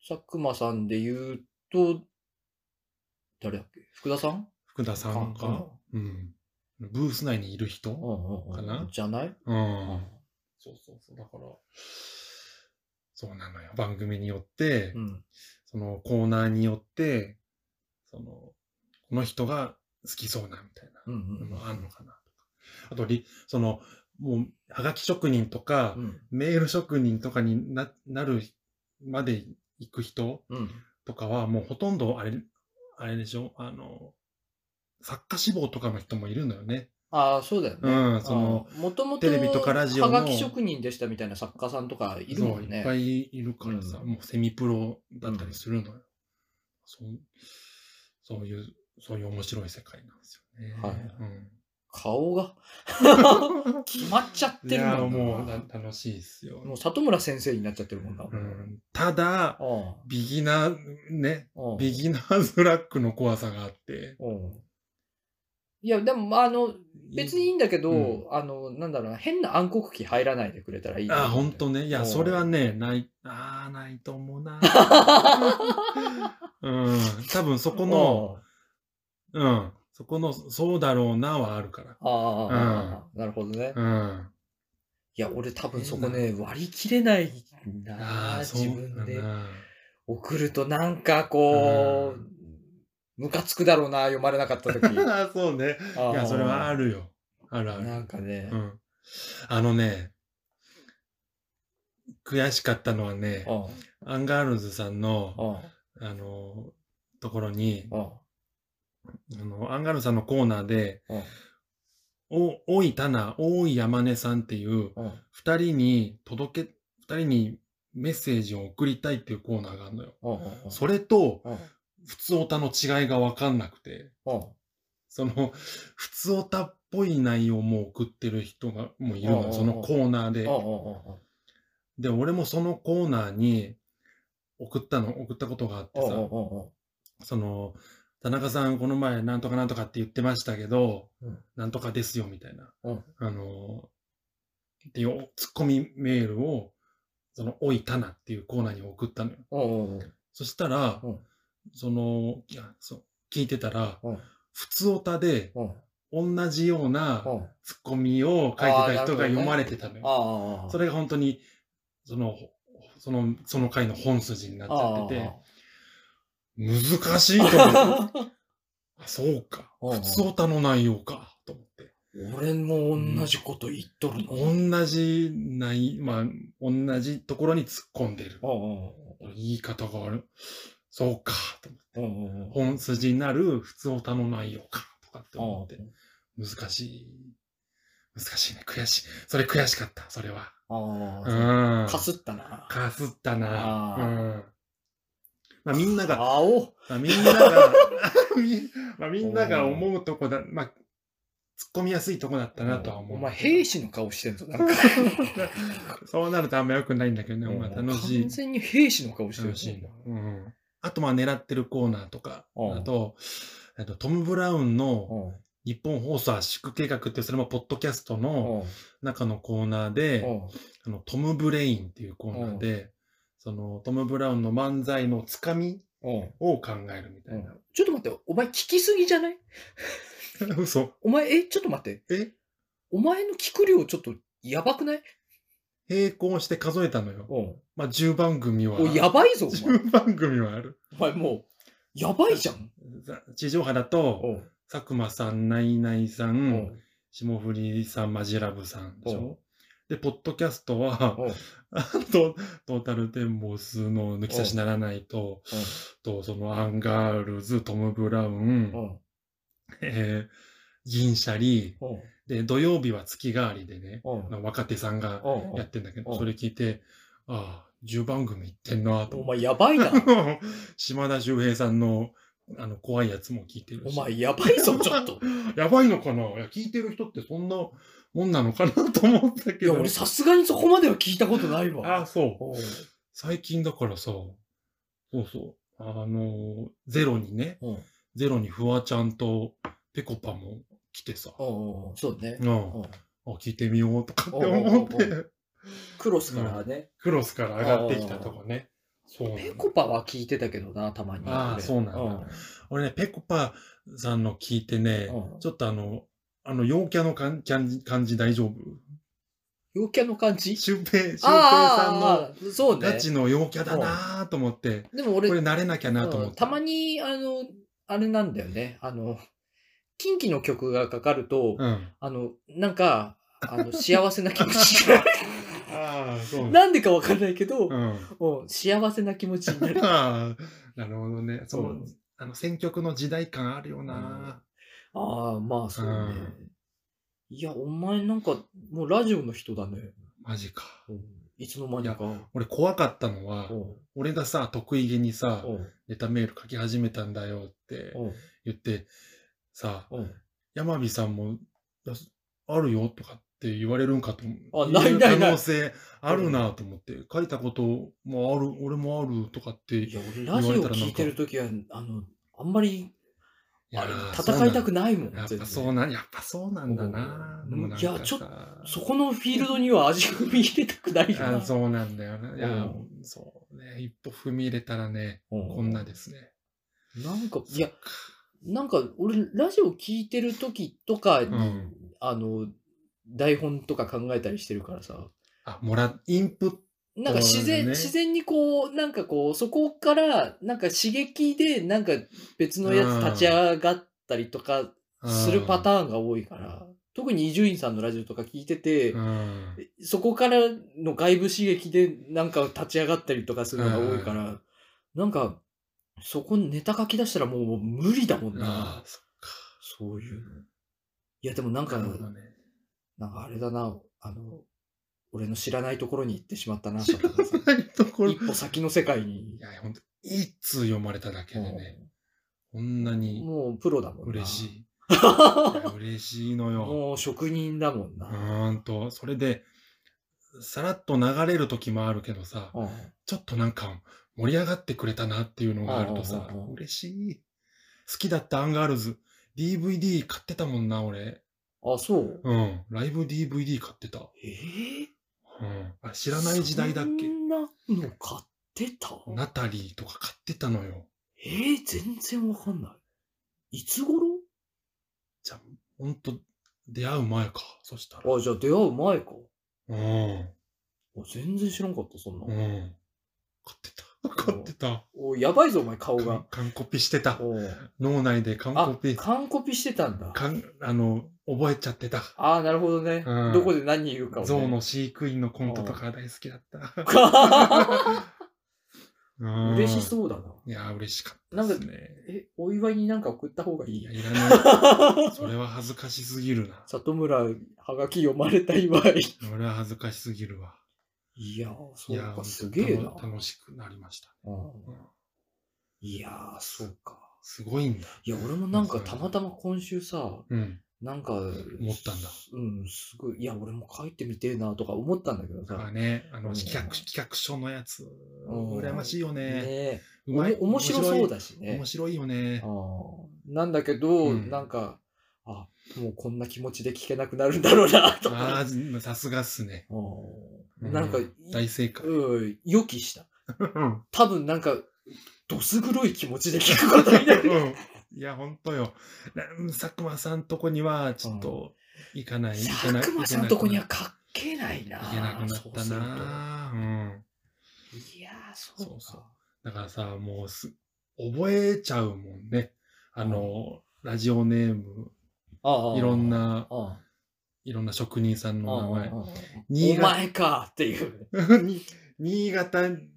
B: 佐久間さんで言うと、誰だっけ福田さん
A: 福田さん
B: あ
A: か、うん。ブース内にいる人、
B: うん
A: か
B: うんう。
A: なん
B: じゃない
A: うん。そうそうそう。だから、そうなのよ。番組によって、
B: うん。
A: そのコーナーによって、その、この人が好きそうなみたい
B: うん
A: なのもあるのかなとか。あと、りその、もう、はがき職人とか、
B: うんうん。
A: メール職人とかにななるまで行く人
B: うん。
A: とかは、もうほとんどあれ、あれでしょあの、作家志望とかの人もいるのよね。
B: ああ、そうだよね。
A: うんその
B: もともと
A: テレビとかラジオの
B: はがき職人でしたみたいな作家さんとかいるもん
A: そうい
B: ね
A: っ。ぱいいるからさ、
B: うん
A: もうセミプロだったりするのよ、そうそういうそういう面白い世界なんですよね、
B: はい
A: うん
B: 顔が決まっちゃっ
A: い
B: てる
A: や
B: もんな
A: もうな楽しいですよ、
B: もう里村先生になっちゃってるもんな。
A: うん、ただビギナーね
B: うんうん
A: ビギナーズラックの怖さがあって
B: うんいや、でも、あの、別にいいんだけど、
A: うん
B: あの、なんだろうな、変な暗黒期入らないでくれたらいいな
A: あ
B: と思っ
A: 本
B: て
A: 当ねいや
B: うん
A: それはねないあーないと思う
B: [laughs]
A: なうん多分そこのうんそこのそうだろうなはあるから
B: うんああ、なるほどね。
A: うん
B: いや、俺多分そこね、割り切れないんだ
A: あ
B: な、
A: あ、そう
B: 自分
A: だ
B: で。
A: な。
B: 送るとなんかこ
A: う
B: う、ムカつくだろうな、読まれなかった時。
A: [laughs]
B: い
A: ああ、そうね。いや、それはあるよ。あるあ
B: な
A: る。
B: んかね、
A: うん。あのね、悔しかったのはね
B: う、ん、
A: アンガールズさんの、
B: うん、
A: あの、ところに、
B: うん、
A: あの、アンガールズさんのコーナーで、
B: うん、
A: お、大井田名、大井山根さんっていう、
B: うん、
A: 二人に届け、二人にメッセージを送りたいっていうコーナーがあるのよ。
B: うん、
A: それと、
B: うん、
A: 普通オタの違いがわかんなくて。
B: うん、
A: その、普通オタっぽい内容も送ってる人がもういるの
B: うんう
A: よ、
B: んうん
A: そのコーナーで
B: う。ん、
A: で、俺もそのコーナーに送ったの、送ったことがあってさ、その、田中さんこの前なんとかなんとかって言ってましたけど
B: うん、
A: なんとかですよみたいな
B: うん、
A: あの、っていうツッコミメールを、その、おいたなっていうコーナーに送ったのよ。
B: うん、うん、
A: そしたら
B: うん、
A: その、いやそう聞いてたら
B: うん、
A: 普通オタで
B: うん、
A: 同じような、
B: うん、
A: ツッコミを書いてた人が
B: あーなるほどね
A: 読まれてたのよ。
B: ああ、
A: そ
B: れ
A: れが本当に、その、その、その回の本筋になっちゃってて、難しいと思って。あ [laughs] そうか。
B: うんう
A: 普
B: ん
A: 通オタの内容か。と思って。
B: 俺も同じこと言っとるの。うん、
A: 同じ内、まあ、同じところに突っ込んでる。言い方がある。そうか。と思って
B: うん、うん、
A: 本筋になる普通オタの内容か。とかって思って
B: う。ん。
A: 難しい。難しいね。悔しい。それ悔しかった。それは。
B: ああ、
A: うん。
B: かすったな。
A: かすったな。
B: あ
A: う
B: ー
A: ん。まあみんなが、
B: 青。
A: まあ、みんなが、 [laughs] みまあみんなが思うとこだ、まあ、突っ込みやすいとこだったなとは思う。
B: お前、兵士の顔してんぞ。なんか
A: そうなるとあんま良くないんだけどね、まあ楽しい
B: 完。全に兵士の顔してる
A: 楽しいな。うん。あとまあ狙ってるコーナーとか、
B: うん
A: あと、えっとトム・ブラウンの
B: うん
A: 日本放送圧縮計画って、それもポッドキャストの
B: うん
A: 中のコーナーで、
B: うん
A: あの、トム・ブレインっていうコーナーで、そのトム・ブラウンの漫才のつかみ
B: うん
A: を考えるみたいな。
B: ちょっと待って、お前聞きすぎじゃない
A: [laughs] 嘘。
B: お前、え、ちょっと待って。
A: え
B: お前の聞く量ちょっとやばくない
A: 並行して数えたのよ。
B: うん。
A: まあ、10番組は。
B: おいやばいぞ、お前。
A: 10番組はある。
B: お前もう、やばいじゃん。
A: ざ地上波だと、
B: ん。
A: 佐久間さん、ナイナイさ、
B: うんん。
A: 霜降りさん、マジラブさんでし
B: うん
A: ょ。で、ポッドキャストは、あと、 [laughs] トータルテンボスの抜き差しならないと、と、そのアンガールズ、トム・ブラウ
B: う
A: ン、
B: ん。
A: えー銀シャリ、
B: うん。
A: で、土曜日は月替わりでね、
B: うん。
A: あの若手さんが
B: うん
A: やってんだけ
B: う
A: ど、
B: ん
A: それ聞いて、ああ、10番組いってんなと
B: お
A: 思
B: 前やばいな。
A: って。 [laughs] 島田秀平さんの、あの、怖いやつも聞いてる
B: お
A: し。
B: 前やばいぞ、ちょっと。
A: [laughs] やばいのかないや、聞いてる人ってそんなもんなのかなと思った
B: い
A: け
B: や、
A: ど。
B: 俺さすがにそこまでは聞いたことないわ。
A: あ、そう。
B: おう
A: 最近だからさ、そうそう、あの、ゼロにね、
B: うん。
A: ゼロにフワちゃんとペコパも来てさ、
B: うんうん。そうね
A: う。ん、
B: うん
A: あ聞いてみようとかって思っ
B: おうおう
A: て、
B: クロスからね。
A: クロスから上がってきたとかね。そうなの
B: ペコパは聞いてたけどな、たまに。
A: ああそうなんだ俺ね、ペコパさんの聞いてね、
B: うん
A: ちょっとあの、あの、陽キャのかんキャン感じ大丈夫
B: 陽キャの感じ
A: シュウペイ、シュウペイさ
B: ああー、そうん
A: のガ
B: ね。
A: チの陽キャだなーと思って、
B: でも
A: こ
B: 俺、
A: れ慣れなきゃなと思
B: う
A: っ
B: ん
A: て。
B: たまに、あの、あれなんだよね。あの、近畿の曲がかかると、
A: うん。
B: あの、なんか、あ
A: [laughs]
B: の、幸せな気持ちが、
A: ああ、そうなんだ
B: なんでかわかんないけ
A: う
B: ど、
A: ん。
B: うん幸せな気持ちになる。
A: ああ、なるほどね。そう、
B: うん
A: あの選曲の時代感あるよな。
B: ああ、まあそうね。
A: うん
B: いや、お前なんか、もうラジオの人だね。
A: マジか。
B: うんいつの間にか。
A: 俺怖かったのは
B: う、ん
A: 俺がさ、得意げにさ、
B: うん
A: ネタメール書き始めたんだよって
B: うん
A: 言って、さ、
B: うん
A: 山火さんも、だあるよとかって言われるんかと思う。
B: あないないな
A: 言
B: い
A: う可能性あるなと思って、書いたこともある、俺もあるとかって。
B: い
A: い
B: や、俺ラジオ
A: 言われたらなんか
B: 聞いてるときは、あの、あんまり、あ
A: や
B: れ
A: ー
B: 戦いたくないもん。
A: やっ
B: 全
A: ぱ
B: 然
A: そうなん、やっぱそうなんだな。
B: うん
A: もうなんか
B: いやちょっ
A: さ
B: そこのフィールドには味を見入れたくないよ
A: あ
B: な。
A: そうなんだよな。いや、
B: うん
A: そうね。一歩踏み入れたらね、
B: うん
A: こんなですね。
B: なんか、いや、なんか、俺、ラジオ聞いてる時とかに、
A: うん
B: あの、台本とか考えたりしてるからさ、
A: あ、もら、インプット。
B: なんか自然、
A: そうだね
B: 自然にこう、なんかこう、そこから、なんか刺激で、なんか別のやつ立ち上がったりとかするパ
A: ーン。
B: ターンが多いから、特に伊集院さんのラジオとか聞いてて、
A: うん。
B: そこからの外部刺激でなんか立ち上がったりとかするのが多いから、なんか、そこにネタ書き出したらもう無理だもん
A: あ
B: な
A: あ、。そっ
B: そういうの。いや、でもなん
A: か。
B: か、
A: なるほどね。 [laughs]
B: なんかあれだな、あの、俺の知らないところに行ってしまったな、釈迦
A: [laughs]
B: さん
A: はい、ところ。い
B: 一歩先の世界に。
A: や、ほんと、いつ読まれただけでね、こんなに
B: もうプロだもんな。
A: 嬉しい。
B: い。
A: いや嬉しいのよ。
B: もう職人だもん
A: う
B: な。
A: ーんと、それで、さらっと流れる時もあるけどさ、
B: うん
A: ちょっとなんか盛り上がってくれたなっていうのがあるとさ
B: うんうんうんう、ん
A: 嬉しい。好きだったアンガールズ。DVD 買ってたもんな、俺。
B: あ、そう。
A: うん。ライブ DVD 買ってた。
B: えー
A: うん。あ知らない時代だっけ
B: そんなの買ってた
A: ナタリーとか買ってたのよ。
B: えー、全然わかんない。いつ頃
A: じゃあ、ほんと、出会う前か。そしたら。
B: あ、じゃあ出会う前か。
A: うん。
B: あ全然知らんかった、そんな
A: う。ん。買ってた。買ってた。
B: おやばいぞ、お前、顔が
A: 缶。缶コピしてた。
B: おう
A: 脳内で缶コ
B: あ
A: ピ、。
B: 完コピしてたんだ。
A: 缶、あの、覚えちゃってた。
B: ああ、なるほどね。
A: うん
B: どこで何言うかを、ね。
A: ゾウ
B: [laughs]
A: の飼育員のコントとか大好きだった。うん
B: 嬉しそうだな。
A: いやー、嬉しかったですね。
B: え、お祝いになんか送った方がい
A: い
B: い
A: や、いらない。それは恥ずかしすぎるな。
B: 里村、はがき読まれた祝い。
A: それは恥ずかしすぎるわ。
B: いやー、
A: い
B: そう
A: や
B: か、
A: ー、
B: すげえな。
A: 楽楽しくなりました。
B: うん
A: うん
B: いやー、そうか。
A: すごいんだ。
B: いや、俺もなんかたまたま今週さ、
A: うん。
B: なんか、
A: 思ったんだ。
B: うん、すごい。いや、俺も書いてみてえなとか思ったんだけど
A: だから
B: さ。
A: ね、あ
B: う
A: の、
B: ん
A: 企画、企画書のやつ、
B: うん
A: 羨ましいよね。
B: ね
A: う
B: えお
A: まい
B: も面白そうだし
A: 面
B: ね。
A: 白いよね
B: あ。ーなんだけど、
A: うん
B: なんか、あ、もうこんな気持ちで聞けなくなるんだろうな、とか。
A: ああ、さすがっすね。
B: う
A: うんん
B: なんか、い
A: 大正解。
B: うん、予期した。
A: うん
B: 多分なんか、どす黒い気持ちで聞くことになる。
A: うんいや、ほんとよ。な佐久間さんとこには、ちょっと、行かない、行けない。
B: 佐久間さんとこにはかっけないな。
A: 行けなくなったなうん。
B: そうするといやー、そう
A: そ
B: か。
A: うそうだからさ、もうす、覚えちゃうもんね。あの、ラジオネーム、
B: ああ
A: いろん。な、
B: あ
A: いろんな職人さん
B: あ
A: の名前
B: ああああ
A: 新
B: お
A: 潟
B: 前かってい
A: [laughs]
B: う。
A: に。新潟、
B: うん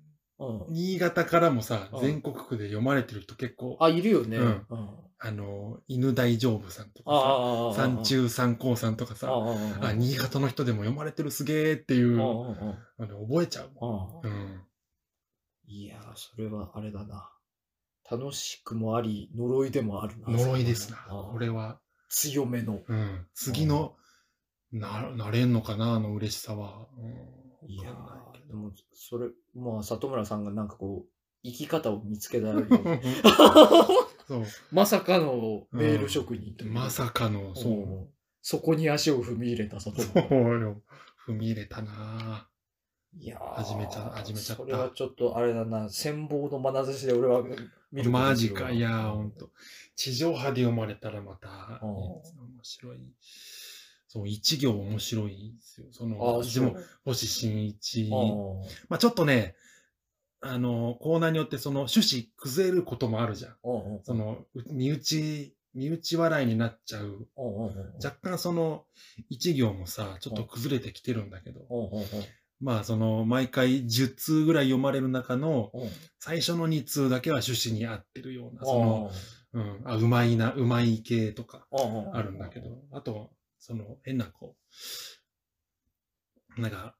A: 新潟からもさ
B: う、ん
A: 全国区で読まれてると結構、
B: あ、いるよね。
A: うん
B: うん
A: あの、犬大丈夫さんと
B: ああ
A: か
B: ああああ
A: さ、山中三高さんとか
B: ああ
A: さ、
B: ああ
A: あ、新潟の人でも読まれてるすげえっていう
B: あ
A: の
B: ああ
A: で覚えちゃうもん。
B: ああ
A: うん。
B: いやー、それはあれだな。楽しくもあり、呪いでもあるな。
A: 呪いですな、
B: ああ
A: これは。
B: 強めの。
A: うん。次の、な、なれんのかな、あの嬉しさは。うん
B: いや
A: わかんないけ
B: ー、でも、それ、まあ、里村さんがなんかこう、生き方を見つけたり、
A: [laughs] ど
B: [laughs]
A: そう。
B: まさかのメール職人という
A: まさかの、そう
B: う。んそこに足を踏み入れた里
A: そ
B: 村。
A: うよ。踏み入れたない
B: やー
A: 始めちゃ始めちゃった
B: それはちょっとあれだな、羨望の眼差しで俺は見ること
A: マ
B: にす
A: ジ
B: るわ
A: か。いやー、ほんと。地上波で読まれたらまた、
B: うん
A: 面白い。そう、一行面白いですよ。そ
B: あ
A: の、で
B: あ、そう
A: も、星新一。
B: あ
A: まあちょっとね、あの、コーナーによってその趣旨崩れることもあるじゃん。
B: あうんうん
A: その、う身内、身内笑いになっちゃう。
B: うんうんうん
A: 若干その、一行もさ、ちょっと崩れてきてるんだけど、
B: うんうん
A: まあその、毎回10通ぐらい読まれる中の、
B: うんうん
A: 最初の2通だけは趣旨に合ってるような、その、うん、あ、うまいな、うまい系とかあるんだけど、あと、その、変なこう、なんか、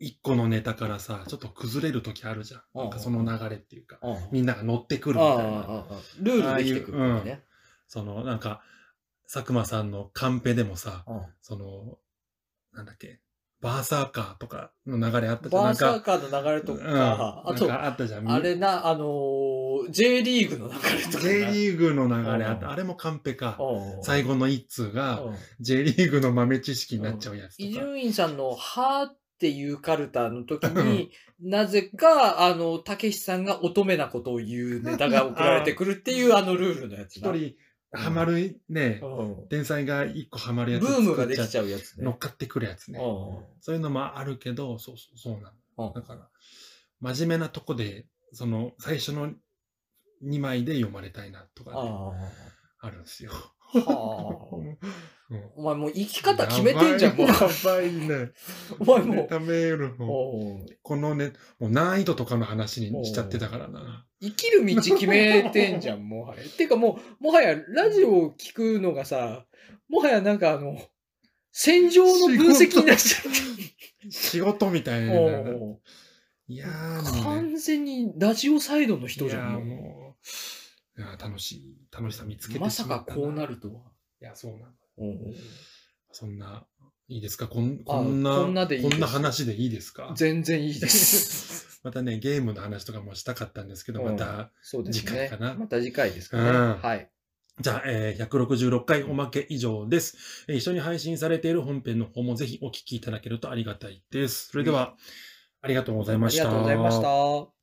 A: 一個のネタからさ、ちょっと崩れる時あるじゃん。
B: うん
A: なんかその流れっていうか、
B: あああ
A: みんなが乗ってくるみたいな。
B: あああルールできてくるわけね。
A: その、なんか、佐久間さんのカンペでもさ、
B: うん
A: その、なんだっけ、バーサーカーとかの流れあったじゃん。
B: バ
A: な
B: ー
A: ん
B: サー
A: か、
B: カーの流れとか、
A: うん、
B: あと
A: なん、かあったじゃん。
B: あれな、あのー、J リーグの流れとかな。
A: J リーグの流れあっ
B: う
A: た。
B: ん
A: あれもカンペか。
B: うん
A: 最後の一通が、
B: うん
A: J リーグの豆知識になっちゃうやつ
B: 伊
A: とか。
B: 集院さんの、はーっていうカルタの時に、なぜか、あの、たけしさんが乙女なことを言うネタが送られてくるっていう、あのルールのやつ
A: 一
B: な。
A: 人、ハマるね、
B: うん
A: 天才が一個ハマる
B: ブ
A: やつ
B: ームがで
A: 作
B: き
A: っ
B: ちゃうやつね。
A: 乗っかってくるやつね。
B: う
A: そういうのもあるけど、そうそう、そうな
B: うん
A: の。だから、真面目なとこで、その、最初の2枚で読まれたいなとか
B: んう
A: [laughs]
B: ん
A: ね、
B: は
A: あるんですよ。 [laughs]
B: あ。
A: うん
B: お前もう生き方決めてんじゃん、もう
A: や。ばいね。
B: [laughs] お前もう
A: ダメよりも
B: おう
A: このね、もう難易度とかの話にしちゃってたからな。
B: 生きる道決めてんじゃん、もはや。てかもう、もはやラジオを聞くのがさ、もはやなんかあの、戦場の分析になっちゃ
A: 仕事みたい
B: っ
A: な。
B: て。おう
A: いやーもうね、
B: 完全にラジオサイドの人
A: い
B: じ
A: や
B: ゃん。
A: ー
B: も
A: もう、いやー楽しい、楽しさ見つけ
B: う
A: て
B: ま
A: し
B: さ
A: ま
B: か
A: った
B: こうなるとは。
A: いや、そうなの。
B: おう
A: そんな、いいですかこんこんな、
B: こんなでいいです
A: こんな話でいいですか
B: 全然いいです。
A: [laughs] またね、ゲームの話とかもしたかったんですけど、
B: う
A: ま
B: ん
A: た、
B: そうですね。
A: 次回かな
B: また次回ですか
A: うん
B: ね。はい。
A: じゃあ、えー166回おまけ以上です、えー一緒に配信されている本編の方もぜひお聞きいただけるとありがたいです。それでは、ありがとうござい
B: あ
A: まし
B: り
A: た。
B: がとうございました。